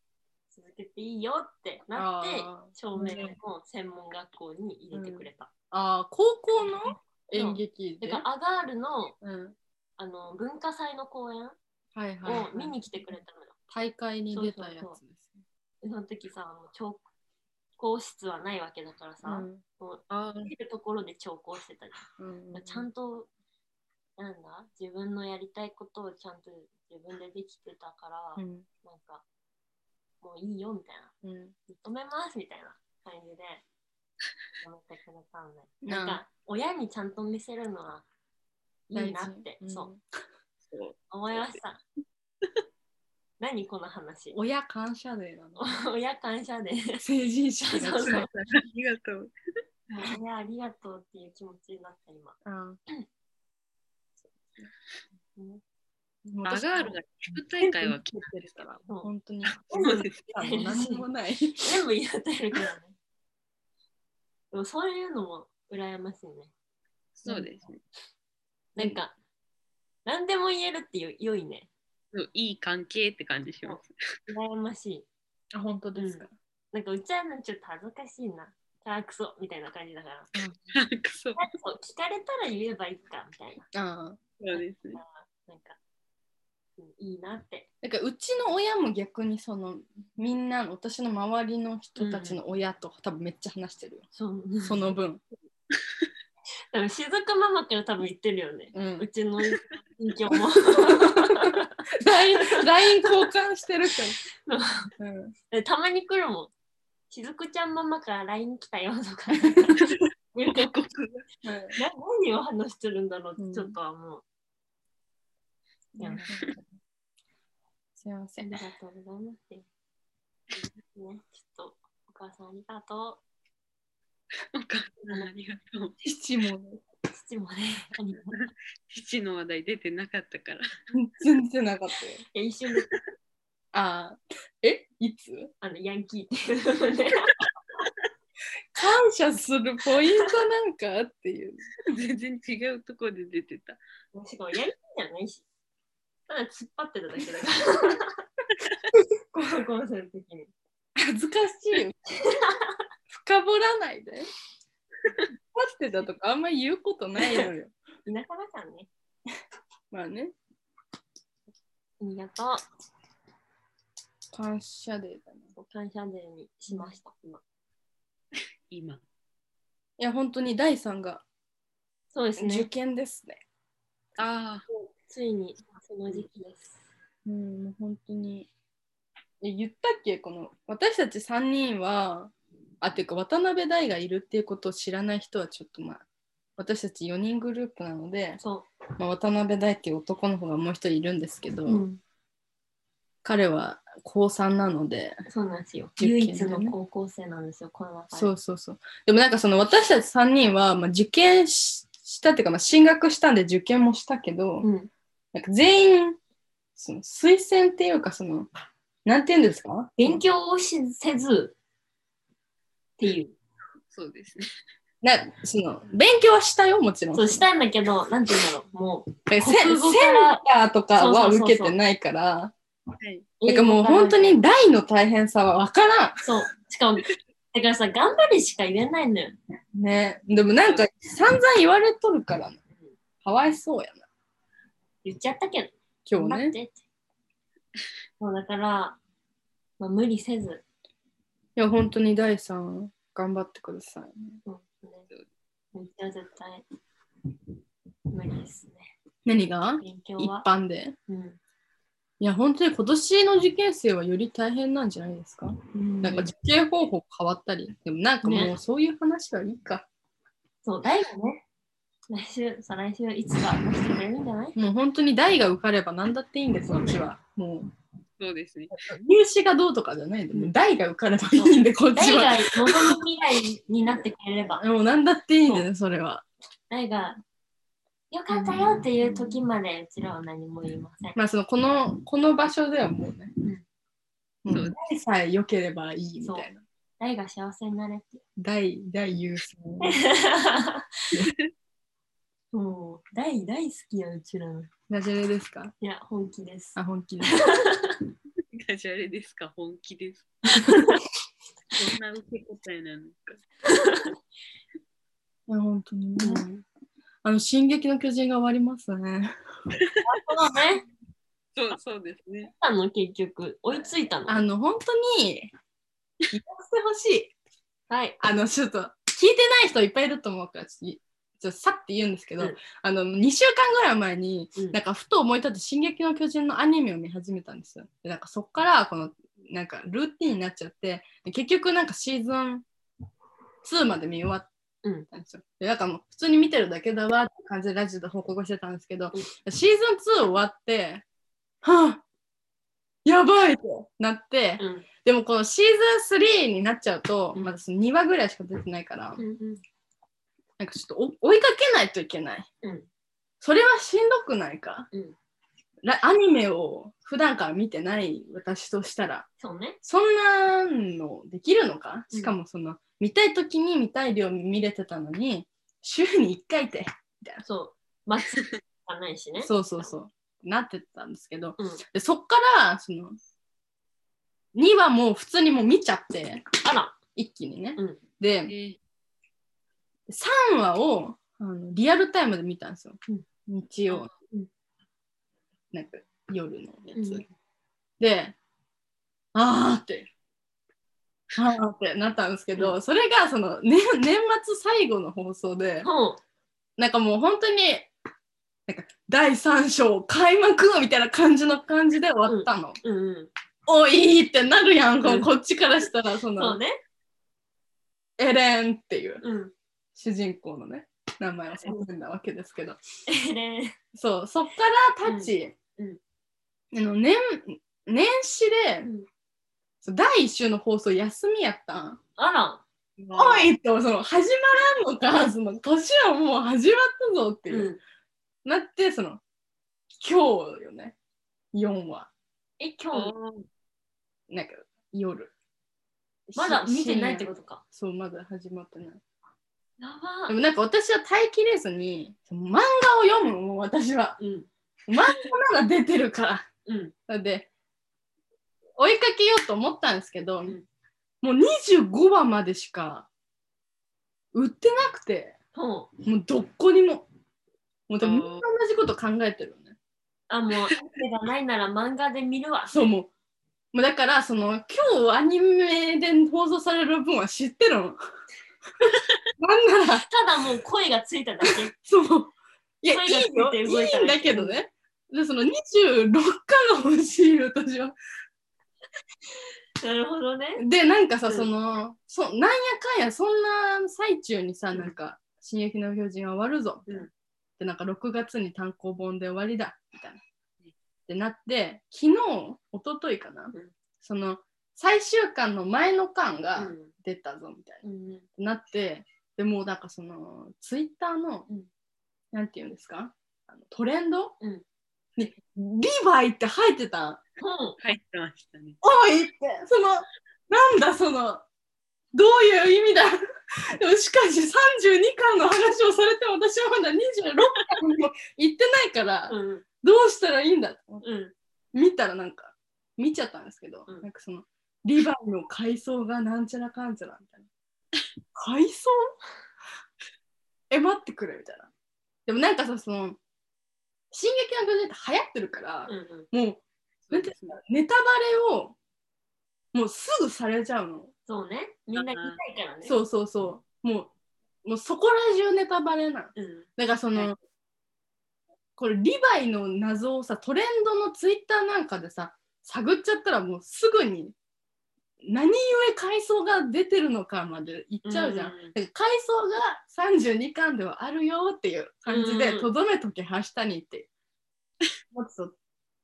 続けていいよってなってあー照明の専門学校に入れてくれた。あー高校の演劇だでからアガールのうんあの文化祭の公演をはいはい見に来てくれたのよ。大会に出たやつですねその時さあの調校室はないわけだからさ、うんもうあ見るところで調校してたじーうんゃん。ちゃんとなんだ自分のやりたいことをちゃんと自分でできてたから、うんなんかもういいよみたいなうん認めますみたいな感じでやめてくれたんでななあんか親にちゃんと見せるのはいいなって、大事そうんう思いま <laughs> した。何この話親感謝デー <laughs> なの親感謝で成人式がそうそう近いりがとう。もういや、ありがとうっていう気持ちになった今。うんアガールが地区大会は来てるからそう本当にそうですあの何もない全部言ってるけどね。でもそういうのも羨ましいね。そうですね。なんか、何でも言えるっていう良いね。そういい関係って感じします。羨ましい。 <laughs> あ本当ですかなんかうちはねちょっと恥ずかしいな。あークソみたいな感じだから。くそ。そあークソ聞かれたら言えばいいかみたいああな。うですね。なんか、うんいいなって。だからうちの親も逆にそのみんな私の周りの人たちの親と多分めっちゃ話してるよ、そう。その分、多分静かママから多分言ってるよね。うん <laughs> う、ちの人気も。 LINE LINE 交換してるから、うん、でたまに来るもん。しずくちゃんママから LINE 来たよとか。言うて告な何を話してるんだろうっうてんちょっとはもう。いやうんすいませありんがとうございます。ね、ちょっとお母さんありがとお母さんありがとう。父もねう。父もね、ありがとう父の話題出てなかったから。全然なかったよいや一瞬でああえいつあのヤンキーっていうのね。感謝するポイントなんかっていう全然違うとこで出てた。しかもヤンキーじゃないし、ただ突っ張ってただけだから。高校生の時に。恥ずかしいよ深掘らないで待ってたとかあんま言うことないのよ田舎だからね。まあねありがとう。感謝デーだねお感謝デーにしました、今。今。いや本当に第3がそうです受ね。験ですねああ。ついにその時期です。うんもう本当にえ言ったっけこの私たち3人はあていうか渡辺大がいるっていうことを知らない人はちょっとまあ私たち4人グループなので、そまあ、渡辺大っていう男の子がもう一人いるんですけど、う。うん。彼は高3なのでそうなんですよ。受験唯でね一の高校生なんですよ、この中で。そうそうそう。でもなんかその私たち3人は、まあ、受験ししたっていうか、まあ、進学したんで受験もしたけど、うん。なんか全員その推薦っていうかそのなんて言うんですか勉強をしせずっていう。そうですね。なその勉強はしたよもちろん。そうしたいんだけど、なんて言うんだろう。もう、だからせセ国ン語からターとかはそうそうそうそう受けてないから。はい。なんかもう本当英語に大の大変さは分からがない。そう。しかも、だからさ、頑張れしか言えないんだよ。ん。ね。でもなんか散々言われとるからなかわいそうやな。言っちゃったけど、今頑張日ね。ってって。そうだから、まあ、無理せず。いや本当に大さん頑張ってください。うんね勉強は絶対無理ですね。何が勉強一は。般で。うん。いや本当に今年の受験生はより大変なんじゃないですか、なんか受験方法変わったり、でもなんかもねうそういう話はいいか。そう、大がね、来週、再来週、いつか出してくれるんじゃないもう本当に代が受かれば何だっていいんです、こっちは。もうそうですね。 <laughs> 入試がどうとかじゃないで、もう代が受かればいいんで、こっち大がは。望み未来になってくれれば、もう何だっていいんだよ、それは。大がよかったよっていう時までうちらは何も言いません。まあそのこのこの場所ではもうね、うんうん台さえ良ければいいみたいな誰が幸せになれって。大大優先 <laughs> もう、大大好きよ、うちらの。いダジャレですかや、本気です。あ本気ですガジャレですか本気 <laughs> です。そんな受け答えなのか。いや本当にね、あの「進撃の巨人」が終わりましたねそうね。そうそうですね。あの、結局、追いついたの。あの本当にやってほしいはい。あのちょっと聞いてない人いっぱいいると思うからちょっとちょっとさって言うんですけど、うんあの2週間ぐらい前にうんなんかふと思い立って「進撃の巨人」のアニメを見始めたんですよ。でなんかそっからこのなんかルーティンになっちゃってで結局なんかシーズン2まで見終わったんですよ。でなんかもう普通に見てるだけだわって感じでラジオで報告してたんですけど、シーズン2終わって「はあやばい!」ってなって、うん。でもこのシーズン3になっちゃうと、うんまだその2話ぐらいしか出てないから、うんうん。なんかちょっとお追いかけないといけない。うんそれはしんどくないか、うんらアニメを普段から見てない私としたら、そうね。そんなのできるのかうんしかもその、見たい時に見たい量見れてたのに、週に1回って、そう。待つしかないしね。そうそうそう、なってたんですけど、うんでそっから、その、2話もう普通にもう見ちゃって、あら。一気にね。うんで、え3話をあのリアルタイムで見たんですよ、うん日曜、うんなんか夜のやつ、うんであーってあーってなったんですけど、それがその、ね、年末最後の放送でほう。なんかもう本当になんか第3章開幕みたいな感じの感じで終わったの、うんうん。おいーってなるやん、こうんこっちからしたらそそのうね。エレンっていううん。主人公のね名前を叫んだわけですけどえれん。そう、そっから立ち、うんあの年年始で、うんそう第1週の放送休みやったん。あら。おいってその始まらんのか、その年はもう始まったぞっていうう。ん。なって、その今日よね、4話、え、今日、なんか夜。まだ見てないってこととか。そう、まだ始まってない。やでば。もなんか私は待機レースに、その漫画を読むの、もう私は。うん。漫画なら出てるから。うん。なので追いかけようと思ったんですけど、んもう25話までしか売ってなくてほう。もうどっこにももうでもあーみんな同じこと考えてるよねあ、もう、アニメがないなら漫画で見るわ。そうもうもうだからその今日アニメで放送される分は知ってる <laughs> のなんならただもう声がついただけ。そういやい声いがついてよいい動いたらんだけどねでその26巻が欲しいよ私は <laughs> なるほどね。でなんかさ、うんそのそなんやかんやそんな最中にさなんか「進撃の巨人は終わるぞ」みたいな、うんでなんか6月に単行本で終わりだみたいなってなって昨日一昨日かな、んその最終巻の前の巻うがん出たぞみたいな、うんうんなってでもうなんかそのツイッターの、うんなんていうんですかあのトレンド、うんにリヴァイって入ってたんほう。入ってましたね。おいって、その、なんだその、どういう意味だ <laughs> でもしかし32巻の話をされても私はまだ26巻にも行ってないから、うん。どうしたらいいんだと思ってうん。見たらなんか、見ちゃったんですけど、うんなんかその、リヴァイの階層がなんちゃらかんちゃらみたいな。階層 <laughs> え、待ってくれみたいな。でもなんかさ、その、進撃の巨人って流行ってるから、うんうん。もう、なんていうんですかネタバレをもうすぐされちゃうの、そうね。みんな見たいからね。う。そうそうそうもうもうそこら中ネタバレなのうん。だからその、はこれリヴァイの謎をさトレンドのツイッターなんかでさ探っちゃったらもうすぐに何故階層が出てるのかまでいっちゃうじゃん、うんうんうんだから階層が32巻ではあるよっていう感じうんでうんとどめとけはしたにってもっと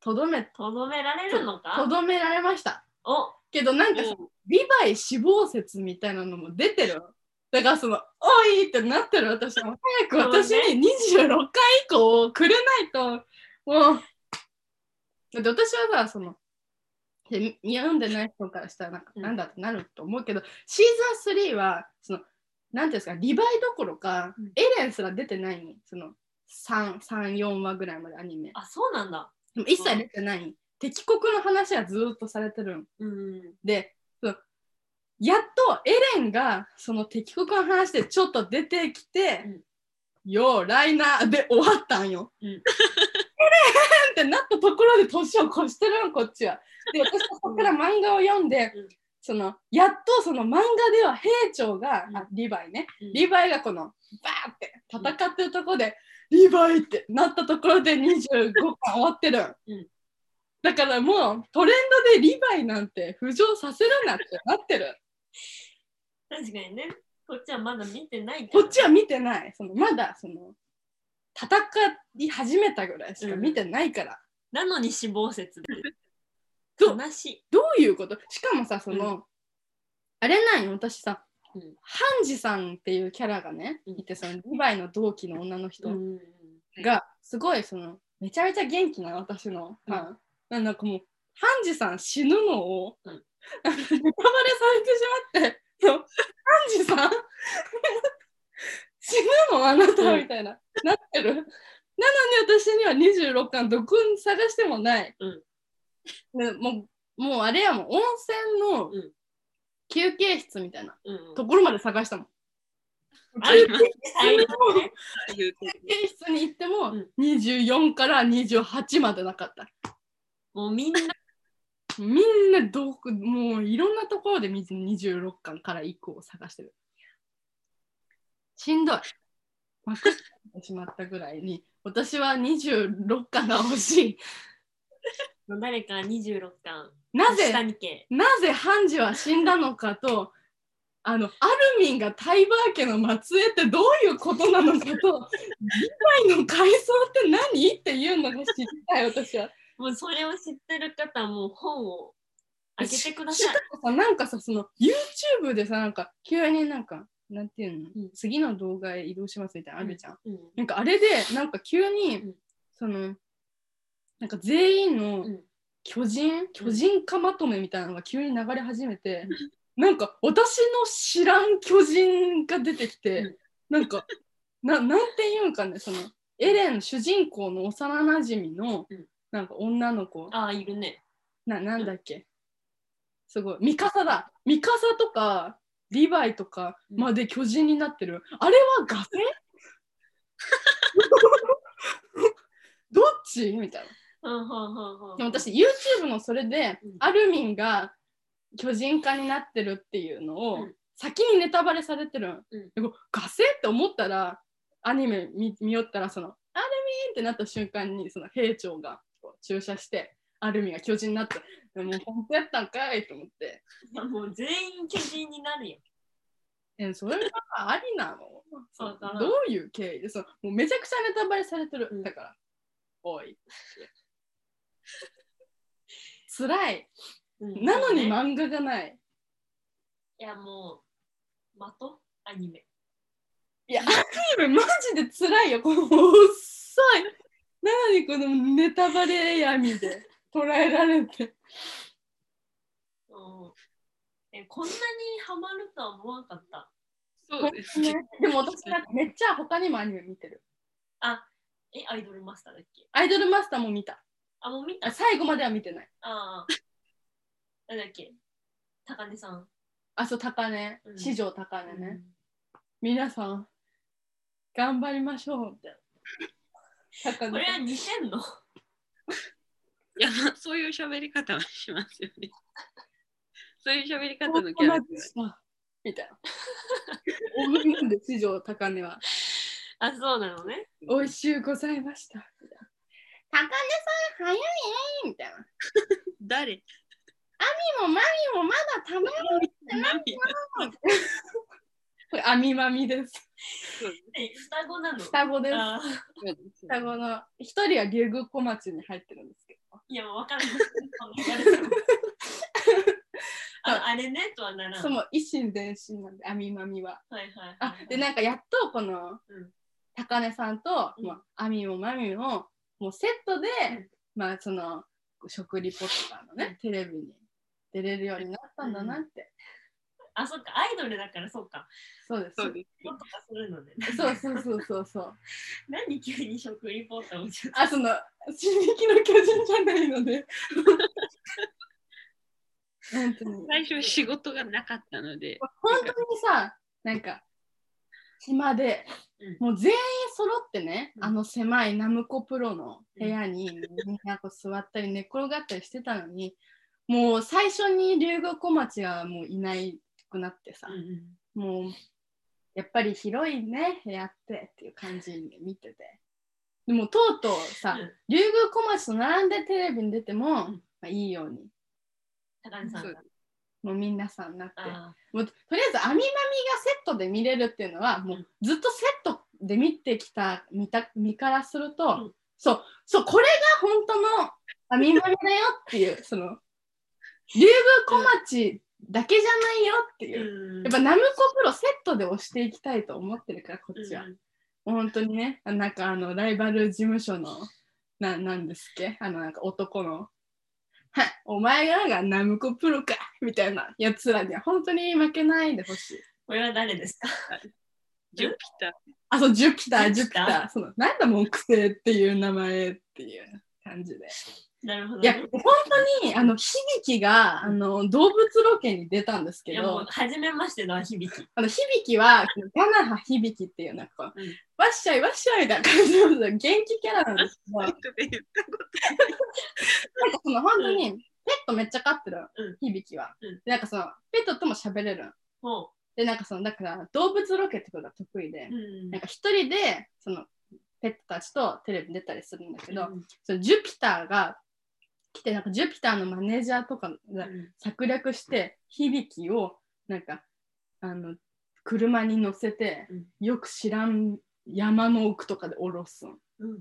とどめとどめられるのとかどめられましたおけどなんかさおリヴァイ死亡説みたいなのも出てるだからその「おい!」ってなってる私も早く私そうに26回以降をくれないともうだって私はさそので似合うんでない人からしたらなんかうんなんだってなると思うけど、シーズン3はそのなんていうんですかリバイどころか、うんエレンすら出てないにその334話ぐらいまでアニメあ、そうなんだ。でも一切出てないに敵国の話はずーっとされてるんうん。でそのやっとエレンがその敵国の話でちょっと出てきて「うんようライナー」で終わったんよ。うん <laughs> エレンってなったところで年を越してるんこっちは。で私はそこから漫画を読んで、うんそのやっとその漫画では兵長が、あリヴァイねうんリヴァイがこのバーって戦ってるところで、リヴァイってなったところで25巻終わってるん、うんだからもうトレンドでリヴァイなんて浮上させるなってなってる確かにね。こっちはまだ見てないこっちはは見てないそのまだその戦い始めたぐらいしか見てないから、なのに死亡説で。 <laughs> そう悲しい。どういうことしかもさその、あれなんよ私さ、うんハンジさんっていうキャラがねうんいてそのリヴァイの同期の女の人、うんがすごいそのめちゃめちゃ元気な私のファン、なん、なんかもうハンジさん死ぬのを、うんなんかネタバレされてしまってそうハンジさん <laughs> 死ぬのあなたうんみたいな、なってるなのに私には26巻どこに探してもない、うんでもうもうあれやもん温泉のうん休憩室みたいなうんところまで探したもんあります最後ね言うて休憩室に行ってもうん24から28までなかったもうみんなみんなどこもういろんなところで水26巻から以降を探してる。しんどい。まくってしまったぐらいに、私は26巻が欲しの誰か26巻。い。な下ぜ、にけ。なぜハンジは死んだのかと、あの、アルミンがタイバー家の末裔ってどういうことなのかと、議会の階層って何っていうのが知りたい、私は。もうそれを知ってる方はもう本を開けてください。さなんかさその YouTube でさなんか急になんかなんていうの、うん次の動画へ移動しますみたいなのあるじゃん、うんなんかあれでなんか急に、うんそのなんか全員のうん巨人、巨人化まとめみたいなのが急に流れ始めて、なんか私の知らん巨人が出てきて、うんなんかななんていうんかねそのエレン主人公の幼なじみの、うんなんか女の子ああ、いるね。ななんだっけすごいミカサだミカサとかリヴァイとかまで巨人になってるあれはガセ <laughs> どっちみたいうんうんうんうなんでも私 YouTube のそれでうんアルミンが巨人化になってるっていうのをうん先にネタバレされてる、うんでこうガセって思ったらアニメ見見よったらそのアルミンってなった瞬間にその兵長がこう注射してアルミンが巨人になってもう本当やったんかいと思っていやもう全員巨人になるよ。えそれがありなのそわうからんどういう経緯でそのもうめちゃくちゃネタバレされてる、うんだからおい辛いうんなのにそうね漫画がないいやもう、まとアニメ。いや、アニメマジで辛いよ、この遅い。なのにこのネタバレ闇で捉えられて。うんえこんなにハマるとは思わなかった。そうですね。でも私なんかめっちゃ他にもアニメ見てる。え、アイドルマスターだっけアイドルマスターも見た。あ、もう見たあ最後までは見てない。ああ。なんだっけ高根さん。あ、そう、高値う。ん史上高値ね。皆さん、頑張りましょう。みたいな。高これ値は似てんのいや、まあそういう喋り方はしますよ <laughs> ね。そういう喋り方高のキャラ値で。ですした。みたいな。おいなんで史上高値は。あ、そうなのね。おいしゅうございました。高根さん、早いみたいな。誰もマミもまだたまら涙これアミマミです。え双子なの。双子です。あ双子の一人は竜宮小 <laughs> 町に入ってるんですけど。いや、もう分からない。あれねとはならん。そはの一心伝心なんであみまみは。いはいあはい。でなんかやっとこの、うん高根さんと、うんまあ、あみもまみももうセットで、うんまあその食リポとかのねテレビに出れるようになったんだなって、あ、そっか、アイドルだからそうか。そうですそうです。とかするので、そうそうそうそうそう何急に食リポーターをちょっあその「進撃の巨人」じゃないの <laughs> でなんていうの最初仕事がなかったので、本当にさなんか暇で、うもう全員揃ってね、うんあの狭いナムコプロの部屋にみんなこう座ったり寝っ転がったりしてたのにもう最初に竜宮小町はもういないくなってさと。、うんもうやっぱり広いね部屋ってっていう感じで見ててでもとうとうさうん竜宮小町と並んでテレビに出ても、まあ、いいように高根さんが。もうみんなさんなってあもうとりあえずアミマミがセットで見れるっていうのはもうずっとセットで見てきた見た身からすると、うんそうそうこれが本当のアミマミだよって <laughs> いうその竜宮小町だけじゃないよってーいう、うんやっぱナムコプロセットで押していきたいと思ってるからこっちは、うん本当にねなんかあのライバル事務所のななんですっけあのなんか男の「はいお前らがナムコプロか」みたいなやつらには本当に負けないでほしい。これは誰ですかジュピターあそうジュピタージジュュピピタターーそのなんだ木星っていう名前っていう感じで。なるほどいやね。本当にあの響きがあの動物ロケに出たんですいけやもうど初めましての響き。あの響きはガナハ響きっていうなんか、うんわっしゃいわっしゃいみたいな感じの元気キャラなんですけど。で言ったことなんかその本当にペットめっちゃ飼ってる、うん響きは、うんでなんかそのペットとも喋れるんもでなんかそのだから動物ロケってことが得意でう、、うんなんか一人でそのペットたちとテレビに出たりするんだけど、うんそのジュピターが来てなんかジュピターのマネージャーとかうがん策略して響きをなんかあの車に乗せてうんよく知らん山の奥とかで降ろすんうん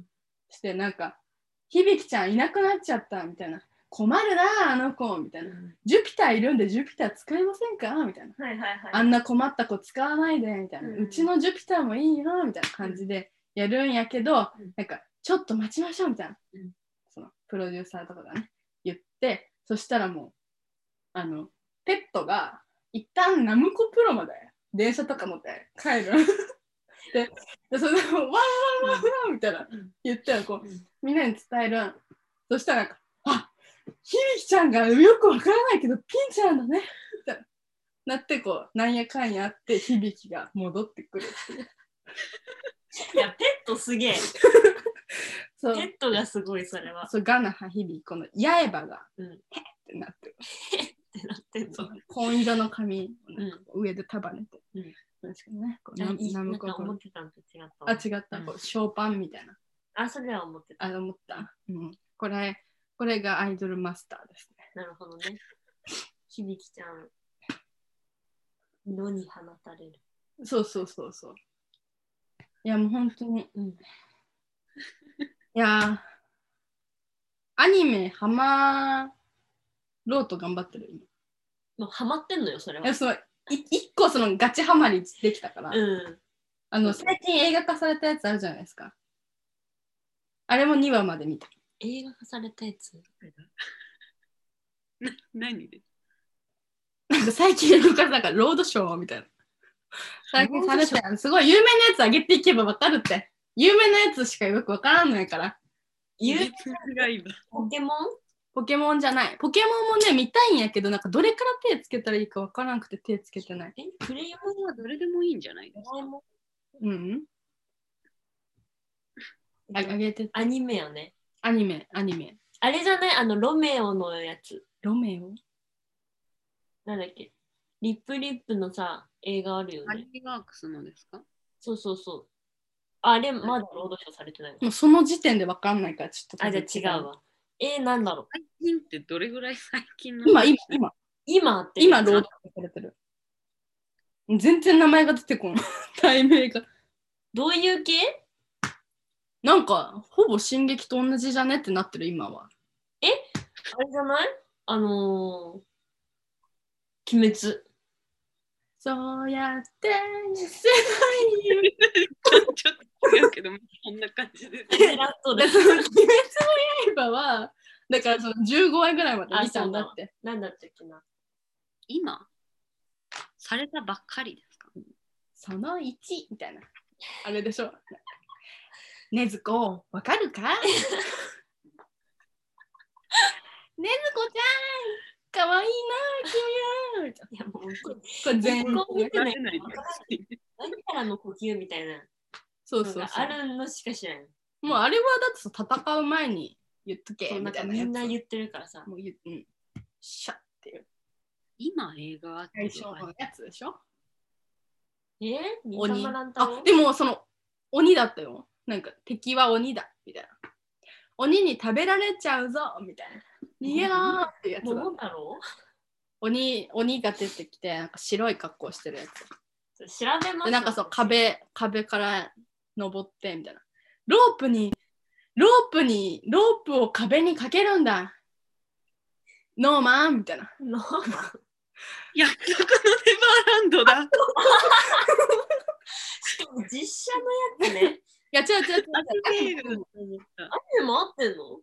してなんか「響ちゃんいなくなっちゃった」みたいな「困るなあの子」みたういな「んジュピターいるんでジュピター使いませんか?」みたいなはいは「いはあい。んな困った子使わないで」みたいな「うんうちのジュピターもいいよ」みたいな感じでやるんやけどうんなんか「ちょっと待ちましょう」みたいなうんそのプロデューサーとかがね言ってそしたらもうあのペットが一旦ナムコプロまで電車とか乗って帰る。 <laughs> ででその「ワンワンワンワン」みたいなうん言ったらこううんみんなに伝えるんそしたらなんか「あひびきちゃんがよくわからないけどピンチなんだね」みたいななってこうなんやかんやあってひびきが戻ってくるっていういや、ペットすげえ。そペうットがすごい、それは。そうガナハひびきこの八重歯が、うんへっってなってるってなってんのそう紺色の髪をなんかこう上で束ねて、うんなんですけどねこうあないいなナんムコかこ思っうてたのと違ったわ。あ違った、こうショーパンみたいなあ、それは思ってた。あ思った、うん、これこれがアイドルマスターですねなるほどね。響ちゃん、野に放たれる。そうそうそうそう。いやもう本当に。 <laughs> うん、いやーアニメハマろうと頑張ってる今。もうハマってんのよ、それいやは。そのい一個そのガチハマりできたから、うん。あの最近映画化されたやつあるじゃないですか。あれも2話まで見た。映画化されたやつ。な何でなんか最近映画化さなんかロードショーみたいな。最近されたやんすごい有名なやつ上げていけばわかるって。有名なやつしかよくわからんのやから。ゆうが今。ポケモンポケモンじゃない。ポケモンもね、見たいんやけど、なんかどれから手つけたらいいかわからなくて手つけてない。え、クレヨンこれはどれでもいいんじゃないドラえもんうんうん。ああげて、アニメよね。アニメ、アニメ。あれじゃないあの、ロメオのやつ。ロメオなんだっけリップリップのさ、映画あるよアねニ。メワークスのですかそうそうそう。あれ、まだロードショーされてないわもうその時点でわかんないから、ちょっと。あ、じゃあ違う。わ。えー、なんだろう最近ってどれぐらい最近なの今、今、今、今って。今、ロードショーされてる。全然名前が出てこない。 <laughs> 題名が。どういう系なんか、ほぼ進撃と同じじゃねってなってる、今は。あれじゃないあのー、鬼 <laughs> 滅。そうやって見せないよ。 <laughs> ちょっと違うけど、こんな感じで。ラス <laughs> トででその鬼滅の刃 <laughs> は、だからその15話ぐらいまで見たんだって。なんだったっけな。今、されたばっかりですかその1みたいな。あれでしょ。ねずこ、わかるか <laughs> ねずこちゃん、かわいいな、君は。いやもう本当にこれ全こう見てなわいかんない何からの呼吸みたいなそうのそうそうが。あるのしか知らん。もうあれはだってさ戦う前に言っとけそうみなんたかいなみやつ。んな言ってるからさ。もう言う、うん、シャッっていう今映画あって最初のやつでしょ。えー、鬼鬼。玉あ乱太郎でもその鬼だったよ。なんか敵は鬼だみたいな。鬼に食べられちゃうぞみたいな。逃げろーっていうやつだ桃太郎鬼鬼が出てきてなんか白い格好してるやつ。それ調べまですよなんかそう <laughs> 壁壁から登ってみたいな。ロープにロープにロープを壁にかけるんだ。ノーマンみたいな。ノーマン約束のネバーランドだ。しかも実写のやつね。いや違 <laughs> う違う違う映違う画だと思ったでも合ってんの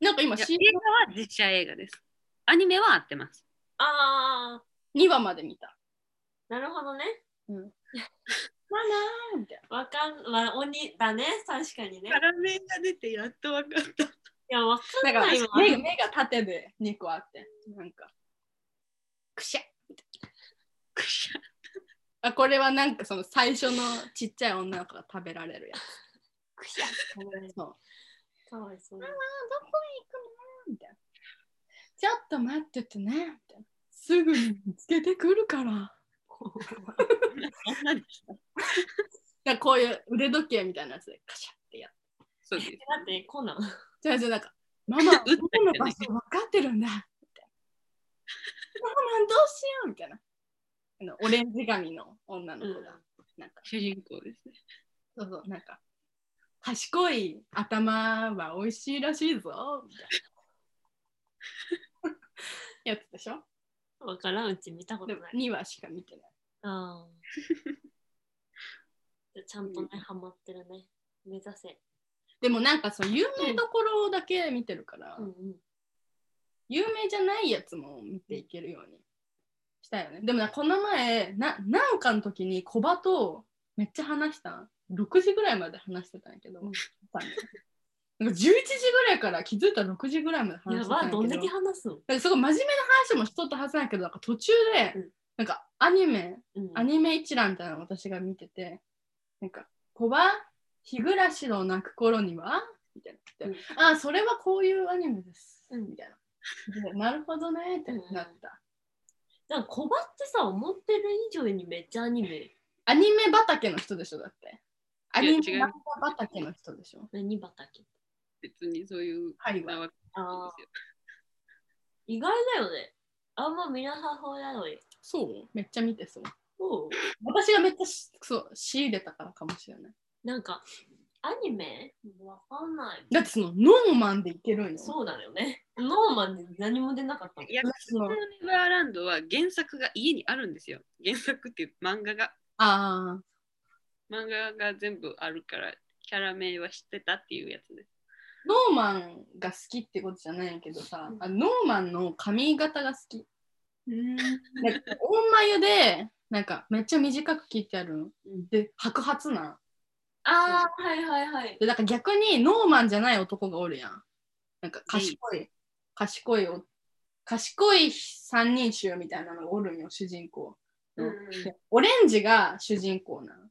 なんか今いや C 映画は実写映画です。アニメは合ってます。あ2話まで見た。ー、なるほどね。マナーみたいわかん、まあ、鬼だね、確かにね。いラメが出てやっと分かった。や、わかな。んないんわか。目が目が縦で2個あって、なんか、くしゃくしゃあ、これはなんかその最初のちっちゃい女の子が食べられるやくしゃつ。そう。かわいそう。みたいな。ちょっと待っててね。みたいなすぐに見つけてくるから。そんなでした。なんかこういう腕時計みたいなやつでカシャってやっそうです。だって、コナン。て。じゃあじゃあなんか、マ <laughs> マ、ど打ったりこの場所分かってるんだ。みたいなママ、どうしようみたいな。あのオレンジ髪の女の子が、なんか、主人公ですね。そうそう、なんか、賢い頭は美味しいらしいぞ、みたいな。や <laughs> つでしょわからんうち見たこでともない。 2話しか見てない。あーちゃんとね、ハマってるね。目指せ。でもなんかそう、有名どころだけ見てるから、うんうん。有名じゃないやつも見ていけるようにしたよね。でもなこの前、ななんかの時にコバとめっちゃ話した。6時ぐらいまで話してたんやけど、なんか11時ぐらいから気づいたら6時ぐらいまで話やしてたんやば、けど。どんだけ話すのなんかすごい真面目な話もしとったはずなんやけどなんか途中で、うんなんかアニメうんアニメ一覧みたいなの私が見ててなんか「小葉日暮らしの泣く頃には?」みたいなって、ああそれはこういうアニメです」うんみたいなで「なるほどね」ってなった、なんか小バってさ、思ってる以上にめっちゃアニメ。アニメ畑の人でしょだってアニメ違う漫画畑の人でしょ何畑別にそういう。はいなわけああ、ですよ意外だよね。あんま見なさそうなのに。そうめっちゃ見てそうおう私がめっちゃしそう仕入れたからかもしれないなんか、アニメわかんない。だってそのノーマンでいけるんよそうだよね。ノーマンで何も出なかったもんいや、スのネバーランドは原作が家にあるんですよ。原作っていう漫画が、ああ漫画が全部あるから、キャラ名は知ってたっていうやつです。ノーマンが好きってことじゃないけどさう、んあノーマンの髪型が好 <laughs> き。うん。なんか大眉で、なんかめっちゃ短く切ってある。で、白髪なん。ああ、はいはいはい。で、なんか逆にノーマンじゃない男がおるやん。なんか賢い、賢いお、賢い三人衆みたいなのがおるんよ、主人公。うんうんでオレンジが主人公なん。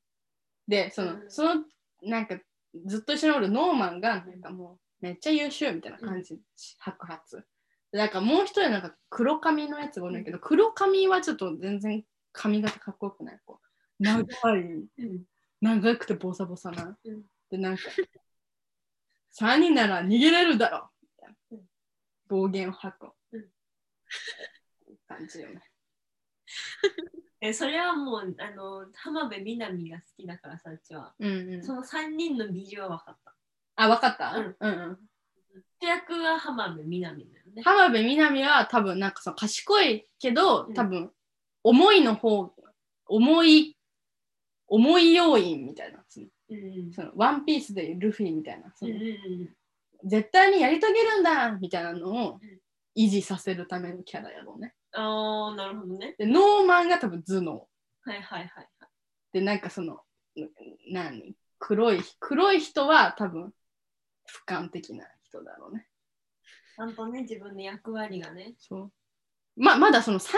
で、その、うんその、なんかずっと一緒におるノーマンが、なんかもう、めっちゃ優秀みたいな感じ、白髪。でなんかもう一人なんか黒髪のやつがおるんやけど、黒髪はちょっと全然髪型かっこよくない。こう長い、うん長くてボサボサな。うんで、なんか、3人なら逃げれるだろみたいなうん暴言を吐く。うん感じよね。え、それはもう、あの、浜辺美波が好きだからさ、うちは。うんうんその3人のビジュは分かった。あ、わかった、うんうんうん主役は浜辺美波だよね。浜辺美波は多分なんかその賢いけどうん多分思いの方思い思い要因みたいなそのうんそのワンピースでルフィみたいなそうんの、うん絶対にやり遂げるんだみたいなのをうん維持させるためのキャラやろうねああなるほどねでノーマンが多分頭脳はいはいはいでなんかそのん何黒い黒い人は多分俯瞰的な人だろうねちゃんとね自分の役割がねそうままだその3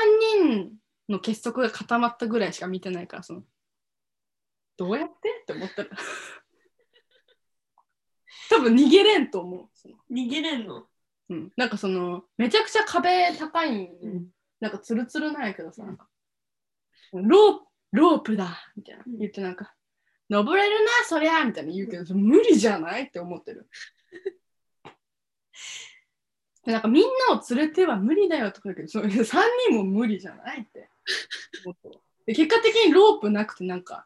人の結束が固まったぐらいしか見てないからそのどうやってって思ったら多分逃げれんと思うその、逃げれんのうん、なんかそのめちゃくちゃ壁高いんよ、うんなんかツルツルなんやけどさ、うんなんかロープロープだみたいなうん言ってなんか、登れるなそりゃみたいな言うけど、無理じゃないって思ってる。でなんかみんなを連れては無理だよとか言うけど、その3人も無理じゃないって思ってるで。結果的にロープなくてなんか、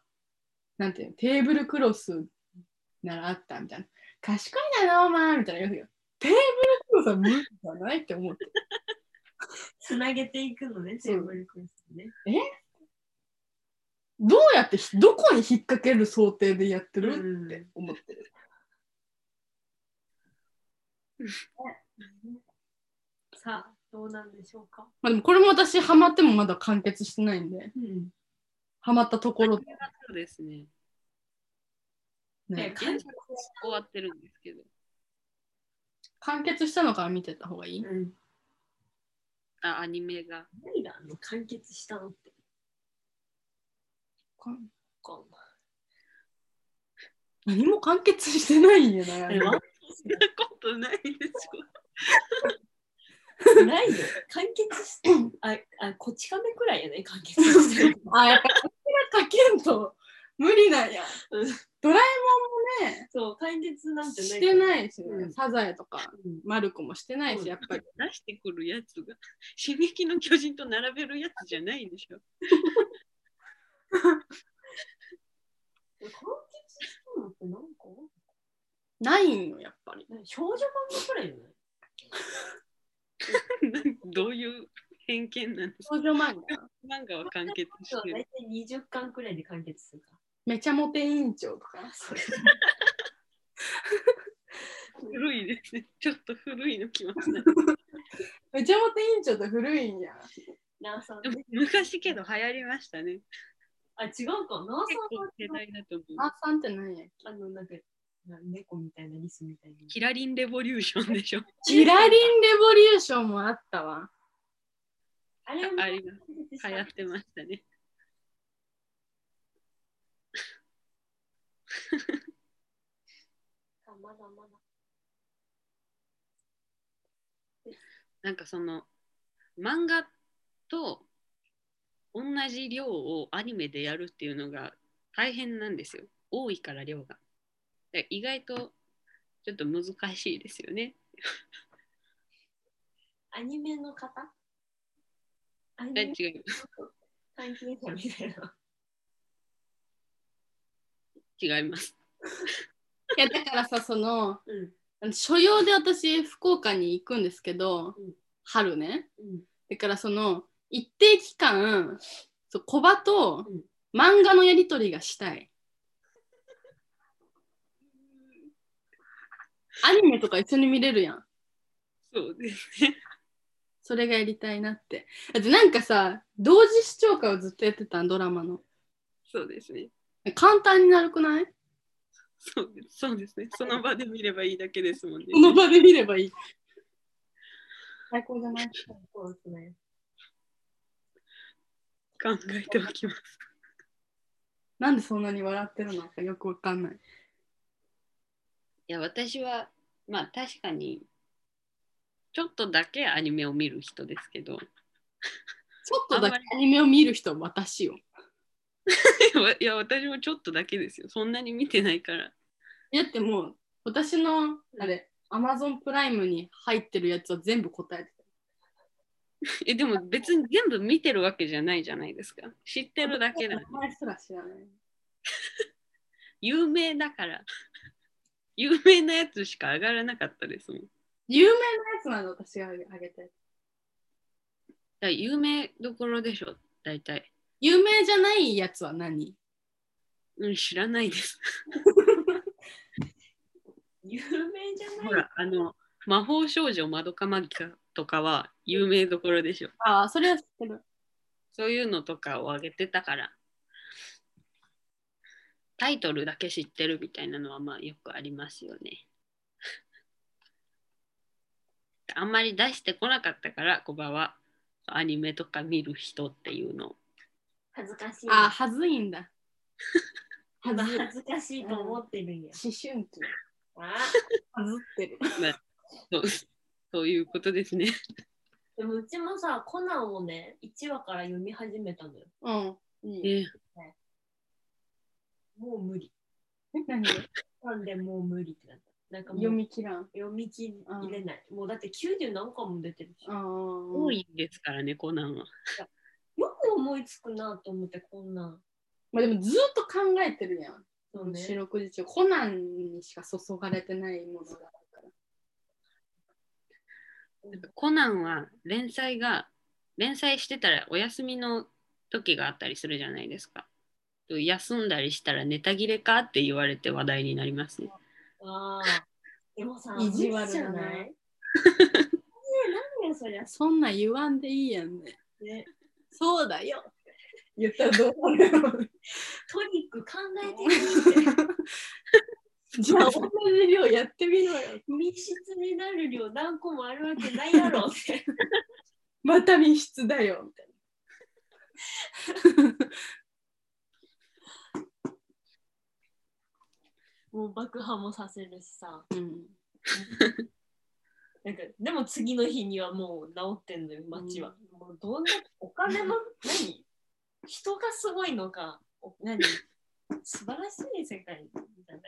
なんていうの、テーブルクロスならあったみたいな。賢いな、ノーマンみたいな言うけど、テーブルクロスは無理じゃないって思ってる。つなげていくのねそうテーブルクロスねどうやってひどこに引っ掛ける想定でやってる、って思ってる。さあどうなんでしょうかまあでもこれも私ハマってもまだ完結してないんで、うんハマったところで、そうですねね、原作は終わってるんですけど完結したのから見てた方がいい、うんあアニメが何があの完結したのってかこんな何も完結してないんやな。あれワンそんな <laughs> ことないでしピース <laughs> ないよ。完結して、あ、あ、こち亀くらいやね、完結してる。あ、やっぱこれかけんと無理なんやうん。ドラえもんもね、そう、完結なんてない。してないし、うんサザエとかうんマルコもしてないし、やっぱり。ょ出してくるやつ <laughs> が刺激の巨人と並べるやつじゃないでしょ <laughs> 完結したのってなんかないんよ、やっぱり。少女漫画くらいじゃないなんどういう偏見なんですか少女漫画。漫画は完結そうして大る体20巻くらいで完結するかめちゃモテ委員長とか。古いですねちょっと古いのきます <laughs> ねめちゃモテ委員長って古いんや。ら。なあさんでもね。昔けど流行りましたねあ、違うか。なあ結構さ世んは代だと思うあさんってなんやあの、なんか、な猫みたいなリスみたいな。キラリンレボリューションでしょキラリンレボリューションもあったわ。あれ <laughs> あります流流行ってましたねあまだまだ。なんかその漫画と同じ量をアニメでやるっていうのが大変なんですよ多いから量がで意外とちょっと難しいですよねアニメの方アニえメの違う関係者みたいな。違いますいやだからさそのうん。所用で私福岡に行くんですけど、うん春ねうん。だからその一定期間そうコバとうん漫画のやり取りがしたい、アニメとか一緒に見れるやんそうですねそれがやりたいなってだってなんかさ同時視聴会をずっとやってたんドラマのそうですね簡単になるくないそうですそうですねその場で見ればいいだけですもんねこの場で見ればいい最高じゃないそうですね。考えておきますなんでそんなに笑ってるのかよくわかんない。いや私はまあ確かにちょっとだけアニメを見る人ですけどちょ <laughs> っとだけアニメを見る人は私よ。いや私もちょっとだけですよそんなに見てないからだってもう、私の、あれ、アマゾンプライムに入ってるやつは全部答えてえでも別に全部見てるわけじゃないじゃないですか知ってるだけだた。名前すら知らない。有名だから <laughs> 有名なやつしか上がらなかったですもんだか有名なやつなの、私があげて。ら有名どころでしょ大体。有名じゃないやつは何うん、知らないです。有名じゃほない。ら、あの、魔法少女まどかマギカとかは有名どころでしょ。ああ、それは知ってる。そういうのとかをあげてたから、タイトルだけ知ってるみたいなのはまあよくありますよね。 <laughs> あんまり出してこなかったから、コバはアニメとか見る人っていうのを恥ずかしい。ああ、はずいんだ。ただはず恥ずかしいと思ってるんや。思春期。あはずってる。そうそういうことですね。でもうちもさ、コナンをね、1話から読み始めたのよ。うん。えもう無理。え何でなんでもう無理ってなった。なんかもう読み切らん。読み切れない。もうだって90何巻も出てるし。ああ。多いですからね、コナンは。よく思いつくなと思って、こんなん。まあでもずっと考えてるやん。そう四ね。六時中。コナンにしか注がれてないものがあるから。コナンは連載が連載してたらお休みの時があったりするじゃないですか。休んだりしたらネタ切れかって言われて話題になりますね。ああ。でもさ、意地悪じだゃなないねなんでそりゃ、そんなん言わんでいいやんね。ね、そうだよ。言ったらどうなるトリック考えてみ <laughs> て。じゃあ同じ量やってみろよ。密室になる量何個もあるわけないやろって。また密室だよ。みたいな。もう爆破もさせるしさ。うん、なんかでも次の日にはもう治ってんのよ、街は。もうどんなお金の何人がすごいのか、お何素晴らしい世界じゃない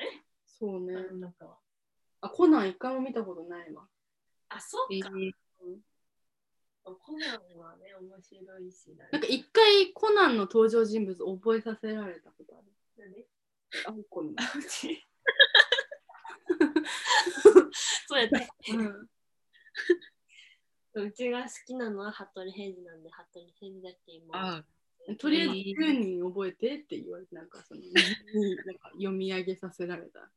そうね。あの中は。あ、コナン一回も見たことないわ。あ、そうか。えコナンはね、面白いしな。なんか一回コナンの登場人物覚えさせられたことある。何あんこの。うちそうやって。うん。うちが好きなのは服部平次なんで、服部平次だっけ今。ああとりあえず10人覚えてって言われて、なんかその、なんか読み上げさせられた。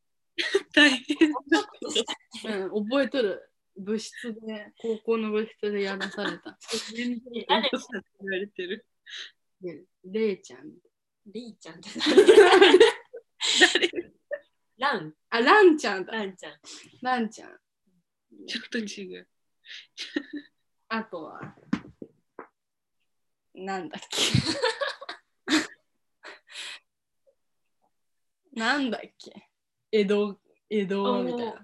大変うん、覚えとる。部室で、高校の部室でやらされた。誰だって言われてる。で、れいちゃん。リーちゃんって誰ラン、あ、ランちゃんだ。ランちゃん。ランちゃん。ちょっと違う。あとは、なんだっけ。 <laughs> なんだっけ。江戸、江戸はみたいおーな。も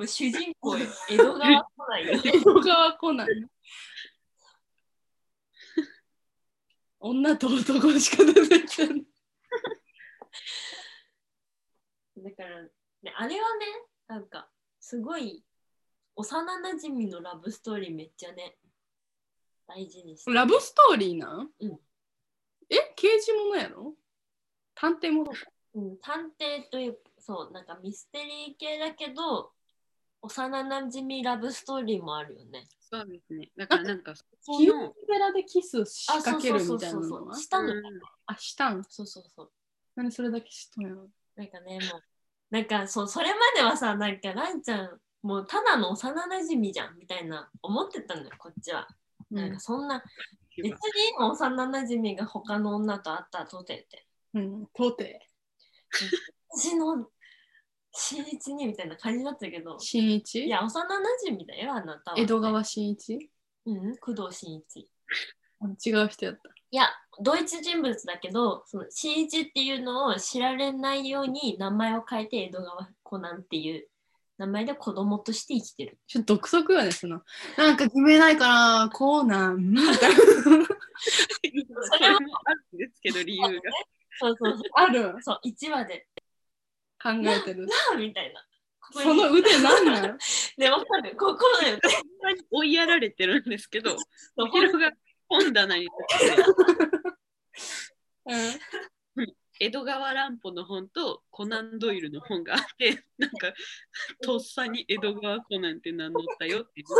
う主人公よ、江戸川来ないよ。江戸川コナン。女と男しか出てきてない。だから、ね、あれはね、なんか、すごい、幼なじみのラブストーリーめっちゃね、大事にして。ラブストーリーなん、うんえ刑事ものやろ探偵ものかうん、探偵という、そう、なんかミステリー系だけど、幼なじみラブストーリーもあるよね。そうですね。だからなんかそこ清の。水寺でキス仕あ、そ掛うけそうるそうみたいなそうのそう。はしたの、うんあ、したんそうそうそう。なんでそれだけ知っとんやろなんかね、もう、なんかそう、それまではさ、なんか、ランちゃん、もうただの幼なじみじゃんみたいな思ってたのよ、こっちは。うなんかそんな、違別うに今幼なじみが他の女と会ったとてって、うん、とて、私の新一にみたいな感じだったけど、新一いや、幼なじみだよ、あなたは。江戸。川新一うん、工藤新一。違う人やった。いや、同一人物だけど、その新一っていうのを知られないように名前を変えて江戸川コナンっていう名前で子供として生きてる。ちょっと独特よね、その。なんか決めないから、コーナー、みたいな。 <laughs> それはもあるんですけど理由が。 <laughs> そうそうそう。ある <laughs> そう、1話で、考えてる。あみたいな。こその腕なん <laughs> なんで、わかる。ここだよね。ほんまに追いやられてるんですけど、そうヒロが本棚に立ってうん。江戸川乱歩の本とコナン・ドイルの本があってなんかとっさに江戸川コナンって名乗ったよっていうコ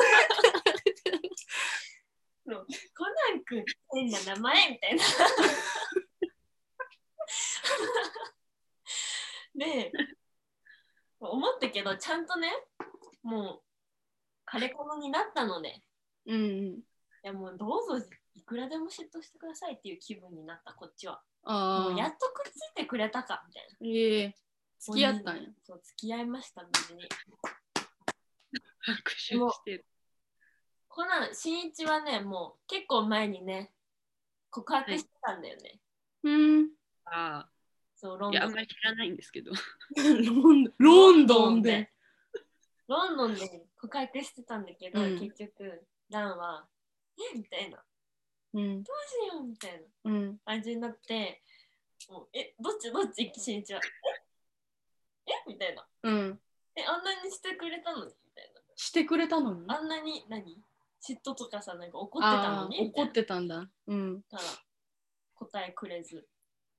ナン君変な名前みたいな。 <laughs> で、思ったけど、ちゃんとね、もう、カレコノになったので、いうんうん。やもうどうぞいくらでも嫉妬してくださいっていう気分になった、こっちは。もあうやあ。っとくっついてくれたか、みたいな。ええ付き合ったんや。そう、付き合いました、無事に。拍手してる。コナン、新一はね、もう結構前にね、告白してたんだよね。うん。あそう、ロあ、ンいドや、あンんまり知らないんですけど。ロンドンロンドンで。。ロンドンで告白してたんだけど、うん結局、ランは、えみたいな、どうん。うしようみたいなうん。感じになって、もうえ、どっちどっちしんちは。ええみたいな。うん。え、あんなにしてくれたのにみたいしてくれたのにな。あんなに、何嫉妬とかさ、なんか怒ってたのにあーみた怒いなっ。てたんだ。うん。から答えくれず。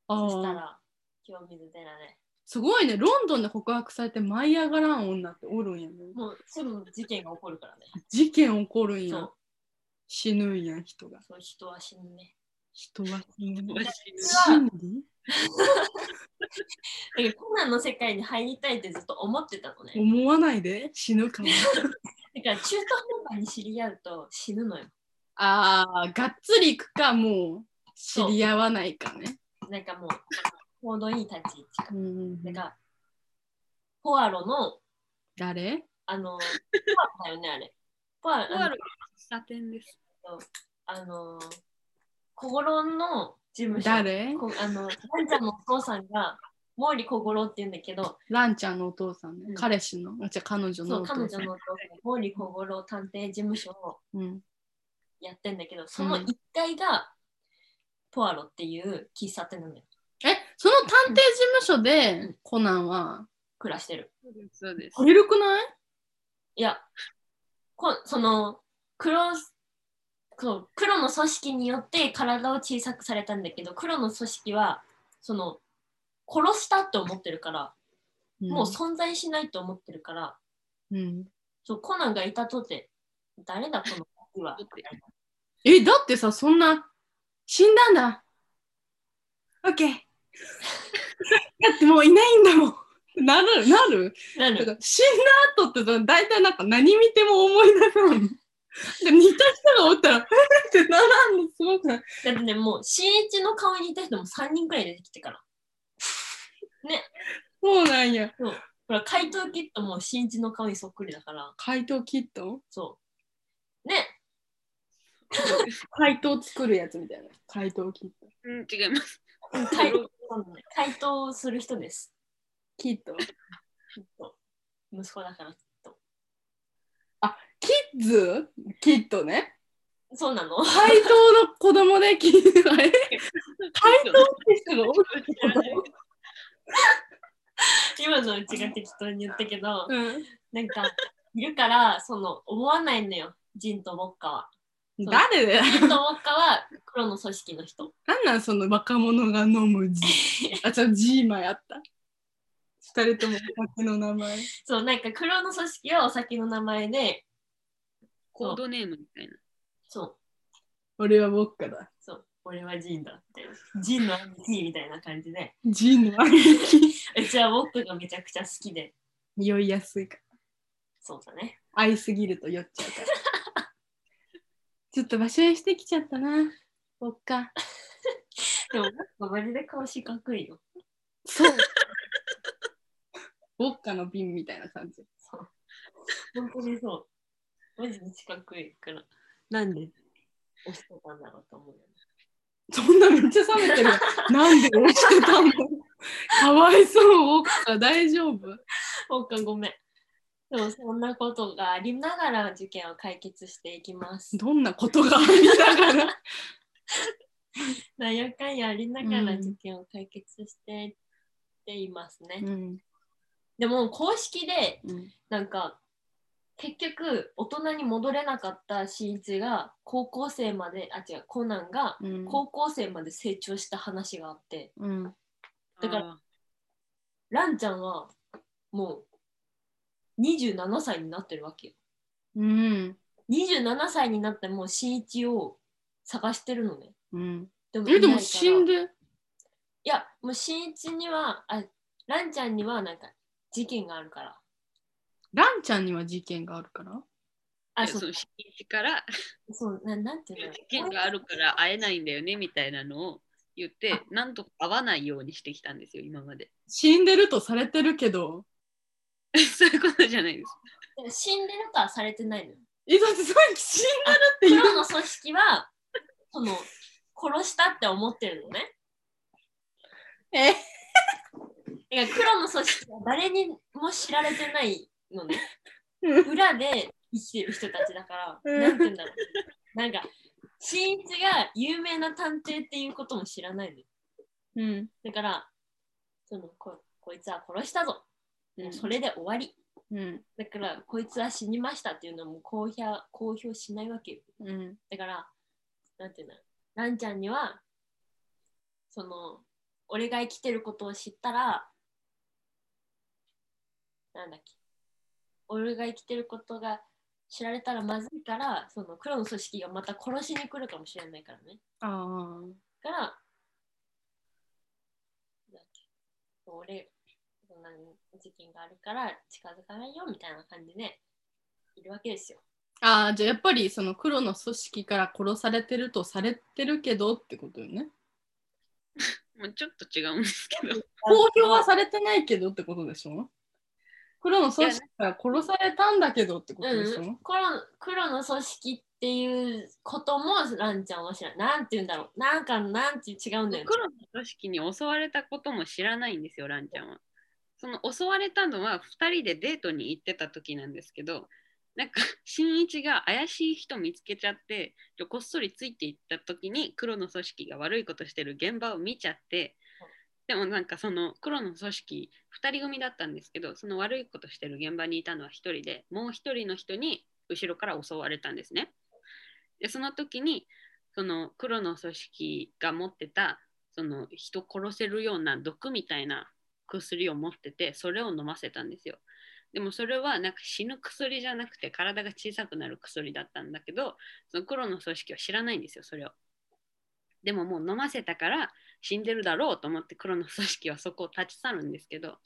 あそしたあ。ら、清水寺で。すごいね。ロンドンで告白されて舞い上がらん女っておるんやね。もうすぐ事件が起こるからね。事件起こるんそやう。、死ぬんや、人が。そう人は死ぬね。人は死ぬ。は心理だけどコナンの世界に入りたいってずっと思ってたのね。思わないで死ぬかも。だから中途半端に知り合うと死ぬのよ。ああ、がっつり行くか、もう知り合わないかね。なんかもう、ちょうどいい立ち位置かう。んなんか、ポアロの、誰あの、ポアロだよね、あれ。ポアポアロロ、喫茶店です。あの、小五郎の事務所。誰こあの、ランちゃんのお父さんが、毛利小五郎って言うんだけど、ランちゃんのお父さんね。うん彼氏の。あじゃあ彼女そのう、お彼女父のお父ささん。ん、毛利小五郎探偵事務所をうん、やってんだけど、その1階が、ポアロっていう喫茶店なんだよ。え、その探偵事務所でコナンは。暮らしてる。そうです。そうですこれるくないいや、こその黒そう黒の組織によって体を小さくされたんだけど黒の組織はその殺したって思ってるから、もう存在しないと思ってるからうん、うん。そうコナンがいたとて誰だこの <laughs> 子はだってえ、だってさ、そんな、死んだんだ。オッケー。 <laughs> だってもういないんだもん。なる、なる。なだかるら <laughs> 死んだ後ってさ大体なんか何見ても思い出さない。で似た人がおったら、え <laughs> ってならんのすごくない。だってねもう新一の顔に似た人も3人くらい出てきてからそうなんや。ほら怪盗キットも新一の顔にそっくりだから怪盗キットそうねそうです。怪盗作るやつみたいな。怪盗キット。うん、違います。怪 <laughs> 怪盗する人ですキット。息子だからキッズキットね。そうなの <laughs> 怪盗の子供でキット。あれキ回ットが今のうちが適当に言ったけど、うん。なんか、いるから、その、思わないのよ、ジンとウォッカ <laughs> は。誰だよ。ジンとウォッカは黒の組織の人。なんなんその若者が飲む字。あ、ちょ、ジーマやった。二人ともお酒の名前。そう、なんか黒の組織はお酒の名前で、コードネームみたいな。そう、俺は僕からだ。そう、俺はジンだって。ジンの兄貴みたいな感じで、 <laughs> ジーの兄貴。うちはウォッカがめちゃくちゃ好きで、酔いやすいから。そうだね。愛すぎると酔っちゃうから。 <laughs> ちょっと場所へしてきちゃったな。おっか。でも、ウォッカマジで顔四角いよ。そう。ウォッカの瓶みたいな感じ。そう。本当にそう。マジで近くいから。なんで押してたんだろうと思うよね。そんなめっちゃ冷めてる。 <laughs> なんで押してたのかわいそう、ウォッカ大丈夫そうか、ごめん。でもそんなことがありながら受験を解決していきます。どんなことがありながら。なんやかんやありながらうん受験を解決していっていますね。うんでも公式でうんなんか結局大人に戻れなかった新一が高校生まであ違うコナンがうん高校生まで成長した話があって、うんだからあランちゃんはもう27歳になってるわけよ。うん27歳になってもう新一を探してるのね。うん、でもいなえいでからも死んでいや、もう新一には、あ、ランちゃんにはなんか事件があるから。ランちゃんには事件があるからあ、そそうの、日にちからそう、ななんていうの事件があるから会えないんだよねみたいなのを言って、なんとか会わないようにしてきたんですよ、今まで。 <laughs> 死んでるとされてるけどそういうことじゃないです。でも死んでるとはされてないのよ。えだってさっき死んでるって言う黒の組織は、その、殺したって思ってるのね。えだから黒の組織は誰にも知られてないのねう。裏で生きてる人たちだかうら、んなんて言うんだろう。なんか、新一が有名な探偵っていうことも知らないのよ。うん、だから、そのここいつは殺したぞ。もうそれで終わり。うんだから、こいつは死にましたっていうのも公表公表しないわけよ。うんだから、なんていうんだろう。ランちゃんには、その、俺が生きてることを知ったら、なんだっけ。俺が生きてることが知られたらまずいから、その黒の組織がまた殺しに来るかもしれないからね。ああから、なんだっけ俺、そんな事件があるから近づかないよみたいな感じでいるわけですよ。ああじゃあやっぱりその黒の組織から殺されてるとされてるけどってことよねもうちょっと違うんですけど。公表はされてないけどってことでしょ黒の組織から殺されたんだけどってことでしょ、うん、黒黒の組織っていうこともランちゃんは知らない。なんて言うんだろう。なんかなんて違うんだよね。黒の組織に襲われたことも知らないんですよ、ランちゃんは。その襲われたのは2人でデートに行ってた時なんですけど、なんか <laughs> 新一が怪しい人見つけちゃって、こっそりついていった時に黒の組織が悪いことしてる現場を見ちゃって、でもなんかその黒の組織2人組だったんですけど、その悪いことしてる現場にいたのは1人で、もう1人の人に後ろから襲われたんですね。でその時にその黒の組織が持ってたその人殺せるような毒みたいな薬を持っててそれを飲ませたんですよでもそれはなんか死ぬ薬じゃなくて体が小さくなる薬だったんだけどその黒の組織は知らないんですよそれをでももう飲ませたから死んでるだろうと思って黒の組織はそこを立ち去るんですけど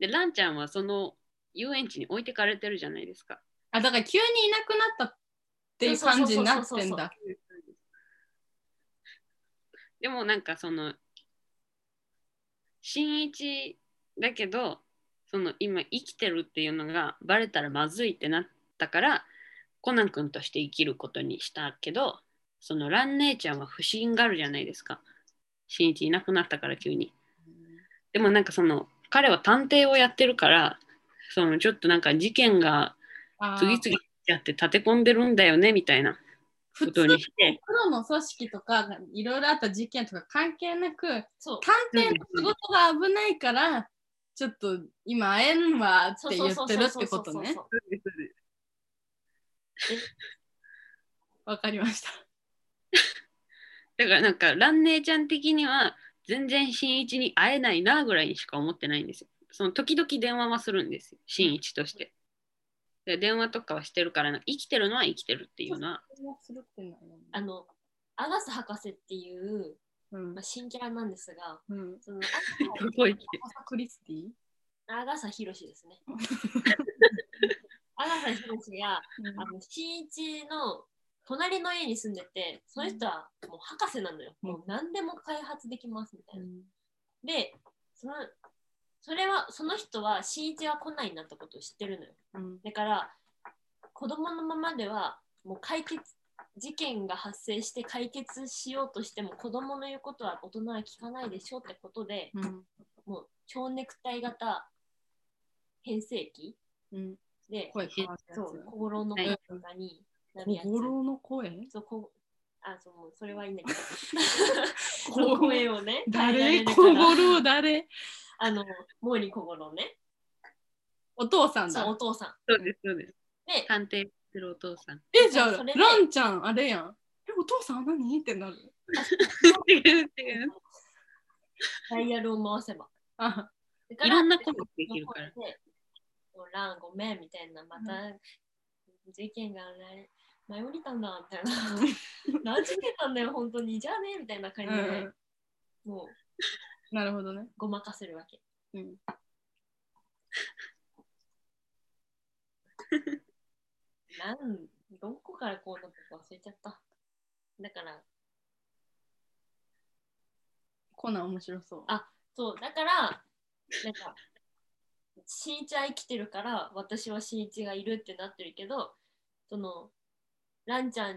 でランちゃんはその遊園地に置いてかれてるじゃないですかあだから急にいなくなったっていう感じになってんだでもなんかその新一だけどその今生きてるっていうのがバレたらまずいってなったからコナン君として生きることにしたけどその蘭姉ちゃんは不審があるじゃないですか新一いなくなったから急に。でもなんかその彼は探偵をやってるからそのちょっとなんか事件があー次々やって立て込んでるんだよねみたいなこ普と通にして黒の組織とかいろいろあった事件とか関係なくそう探偵の仕事が危ないからちょっと今会えんわって言ってるってことねそうわかりましただからなんか蘭姉ちゃん的には全然新一に会えないなぐらいにしか思ってないんですよ。その時々電話はするんですよ新一として。で電話とかはしてるから生きてるのは生きてるっていうのはあの、アガス博士っていう、うんまあ、新キャラなんですが、うんそのアガどサこ行ってクリスティアガサヒロシで <laughs> すね。アガサヒロシが、あの、新一の隣の家に住んでて、その人はもう博士なのよ。うんもう何でも開発できますみたいな。で、その、それは、その人は新一が来ないなってことを知ってるのよ。うんだから、子供のままでは、もう解決、事件が発生して解決しようとしても子供の言うことは大人は聞かないでしょってことで、うんもう蝶ネクタイ型変声期うんで、声変わったそやう、小五郎のはい声とかになるやつつ。心の声そう、こあ、そう、もうそれはいいんだけ <laughs> <laughs> 小ど。五郎声をね、変えら誰れるから小五郎誰あの、毛利小五郎ね。お父さんそう、おだ父さん。そうですそうです。で、探偵するお父 <laughs> さん。えじゃあそれでランちゃんあれやんえお父さんは何ってなる違う違うダイヤルを回せば。あいいろんなことができるから。で。ランごめんみたいな、また事件があれ前降りたんだみたいな <laughs> 何時間なんだよ本当にじゃあねみたいな感じで、うんもうなるほどね。ごまかせるわけうん。なんどこからこうなったか忘れちゃっただからコナン面白そう。あそうだからなんか新一は生きてるから私は新一がいるってなってるけどそのランちゃん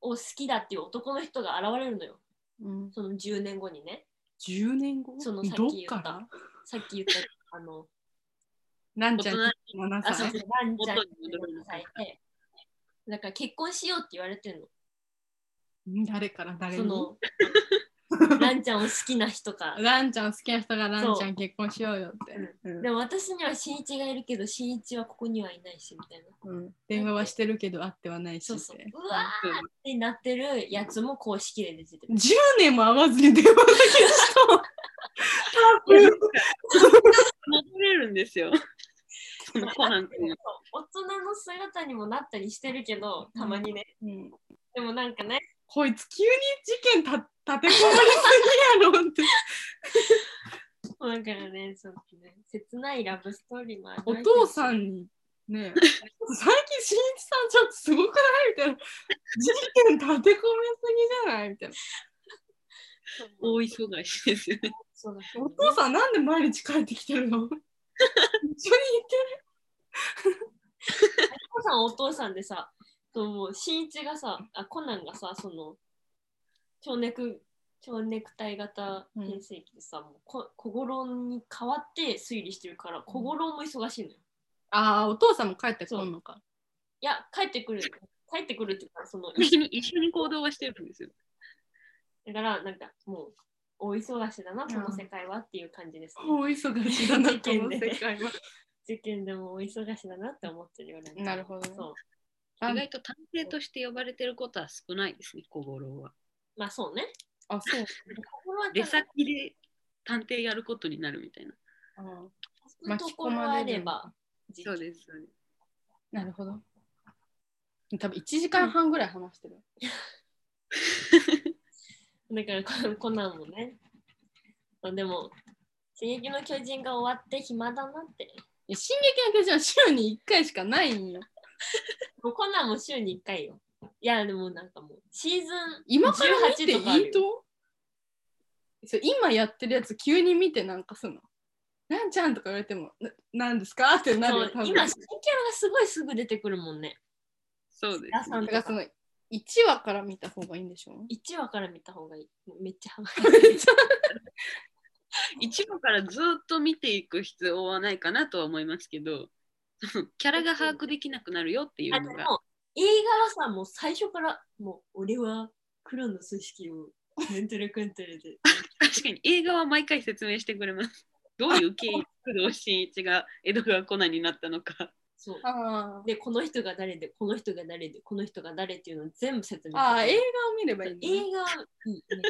を好きだっていう男の人が現れるのようん。その10年後にね10年後そのさっきどっ言ったからさっき言った <laughs> あのなん大ちゃん人7あそう歳そう。ランちゃ元んがに戻るのかされてだから結婚しようって言われてるのうん誰から誰そに <laughs> のランちゃんを好きな人かランちゃん好きな人がランちゃん結婚しようよって。うんでも私には新一がいるけど新一はここにはいないしみたいなうん電話はしてるけど会ってはないしそうっそうて。うわーってなってるやつも公式で出てる10年も会わずに電話だけした戻れるんですよ。そのコナン君。大人の姿にもなったりしてるけどたまにね、うんでもなんかねこいつ急に事件た立てこもりすぎやろって。だからねそのね切ないラブストーリーもあるお父さんにね、最近しんいちさんちょっとすごくないみたいな。事件立てこめすぎじゃないみたいな。大忙しです <laughs> よね。そうだけどおね父さんなんで毎日帰ってきてるの一緒に行ってお父さんはお父さんでさそうもう新一がさあコナンがさその蝶ネク蝶ネクタイ型変成期でさ、もうこ小五郎に代わって推理してるから小五郎も忙しいのよああ、お父さんも帰ってこんのか。いや帰ってくる帰ってくるっていうか <laughs> その一緒に一緒に行動はしてるんですよ。だから、なんかもう、大忙しだな、この世界はっていう感じです、ね。大忙しだな、こ事件ので世界は。受験でも大忙しだなって思ってるよね。なるほどねそう。意外と探偵として呼ばれてることは少ないですね、小五郎は。まあそうね。あ、そう。心は出先で探偵やることになるみたいな。あ行くところあれば、実そうです。そうですーなるほど。多分1時間半ぐらい話してる。だからこ、コナンもね。まあでも、刺激の巨人が終わって暇だなって。いや進撃の巨人は週に1回しかないんよ。もうコナンも週に1回よ。いや、でもなんかもう、シーズン、今から見てい18とかあるいとそう今やってるやつ急に見てなんかすんの。なんちゃんとか言われても、ななんですかってなるそよう、多分今、新キャラがすごいすぐ出てくるもんね。そうで皆すさねんだからその1話から見た方がいいんでしょ1話から見た方がいい。もうめっちゃハマる。一話からずっと見ていく必要はないかなとは思いますけど、キャラが把握できなくなるよっていあうでのもが。映画はさもう最初からもう俺は黒の組織をなんとるくんとるで確かに映画は毎回説明してくれます。どういう経緯で工藤新一が江戸川コナンになったのか。そうあーでこの人が誰でこの人が誰でこの人が誰っていうのを全部説明あー、し映て画くれをる見ればいいんだね、映画はいいね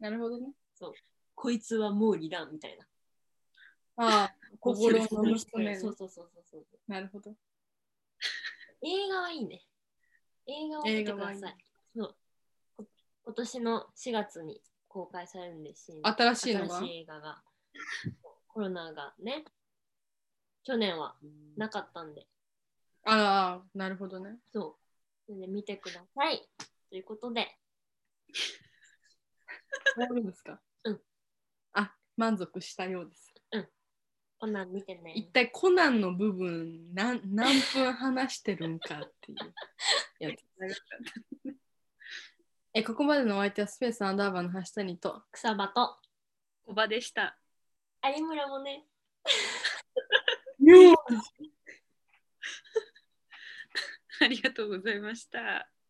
なるほどね。 <laughs> こいつはもう離団みたいなああ、心の娘そうそうそうそうそうなるほど。映画はいいね映画を見てください映画はいそうこ今年の4月に公開されるんですし新しいのが新しい映画がコロナがね去年はなかったんでああ、なるほどね。そう。なので見てください。ということで、大丈夫ですかうん。あ、満足したようです。コナン見てね。一体コナンの部分何何分話してるんかっていうやつ。 <laughs> え、ここまでのお相手はスペースアンダーバーの橋谷と。草場と小場でした。有村もね。ありがとうございました。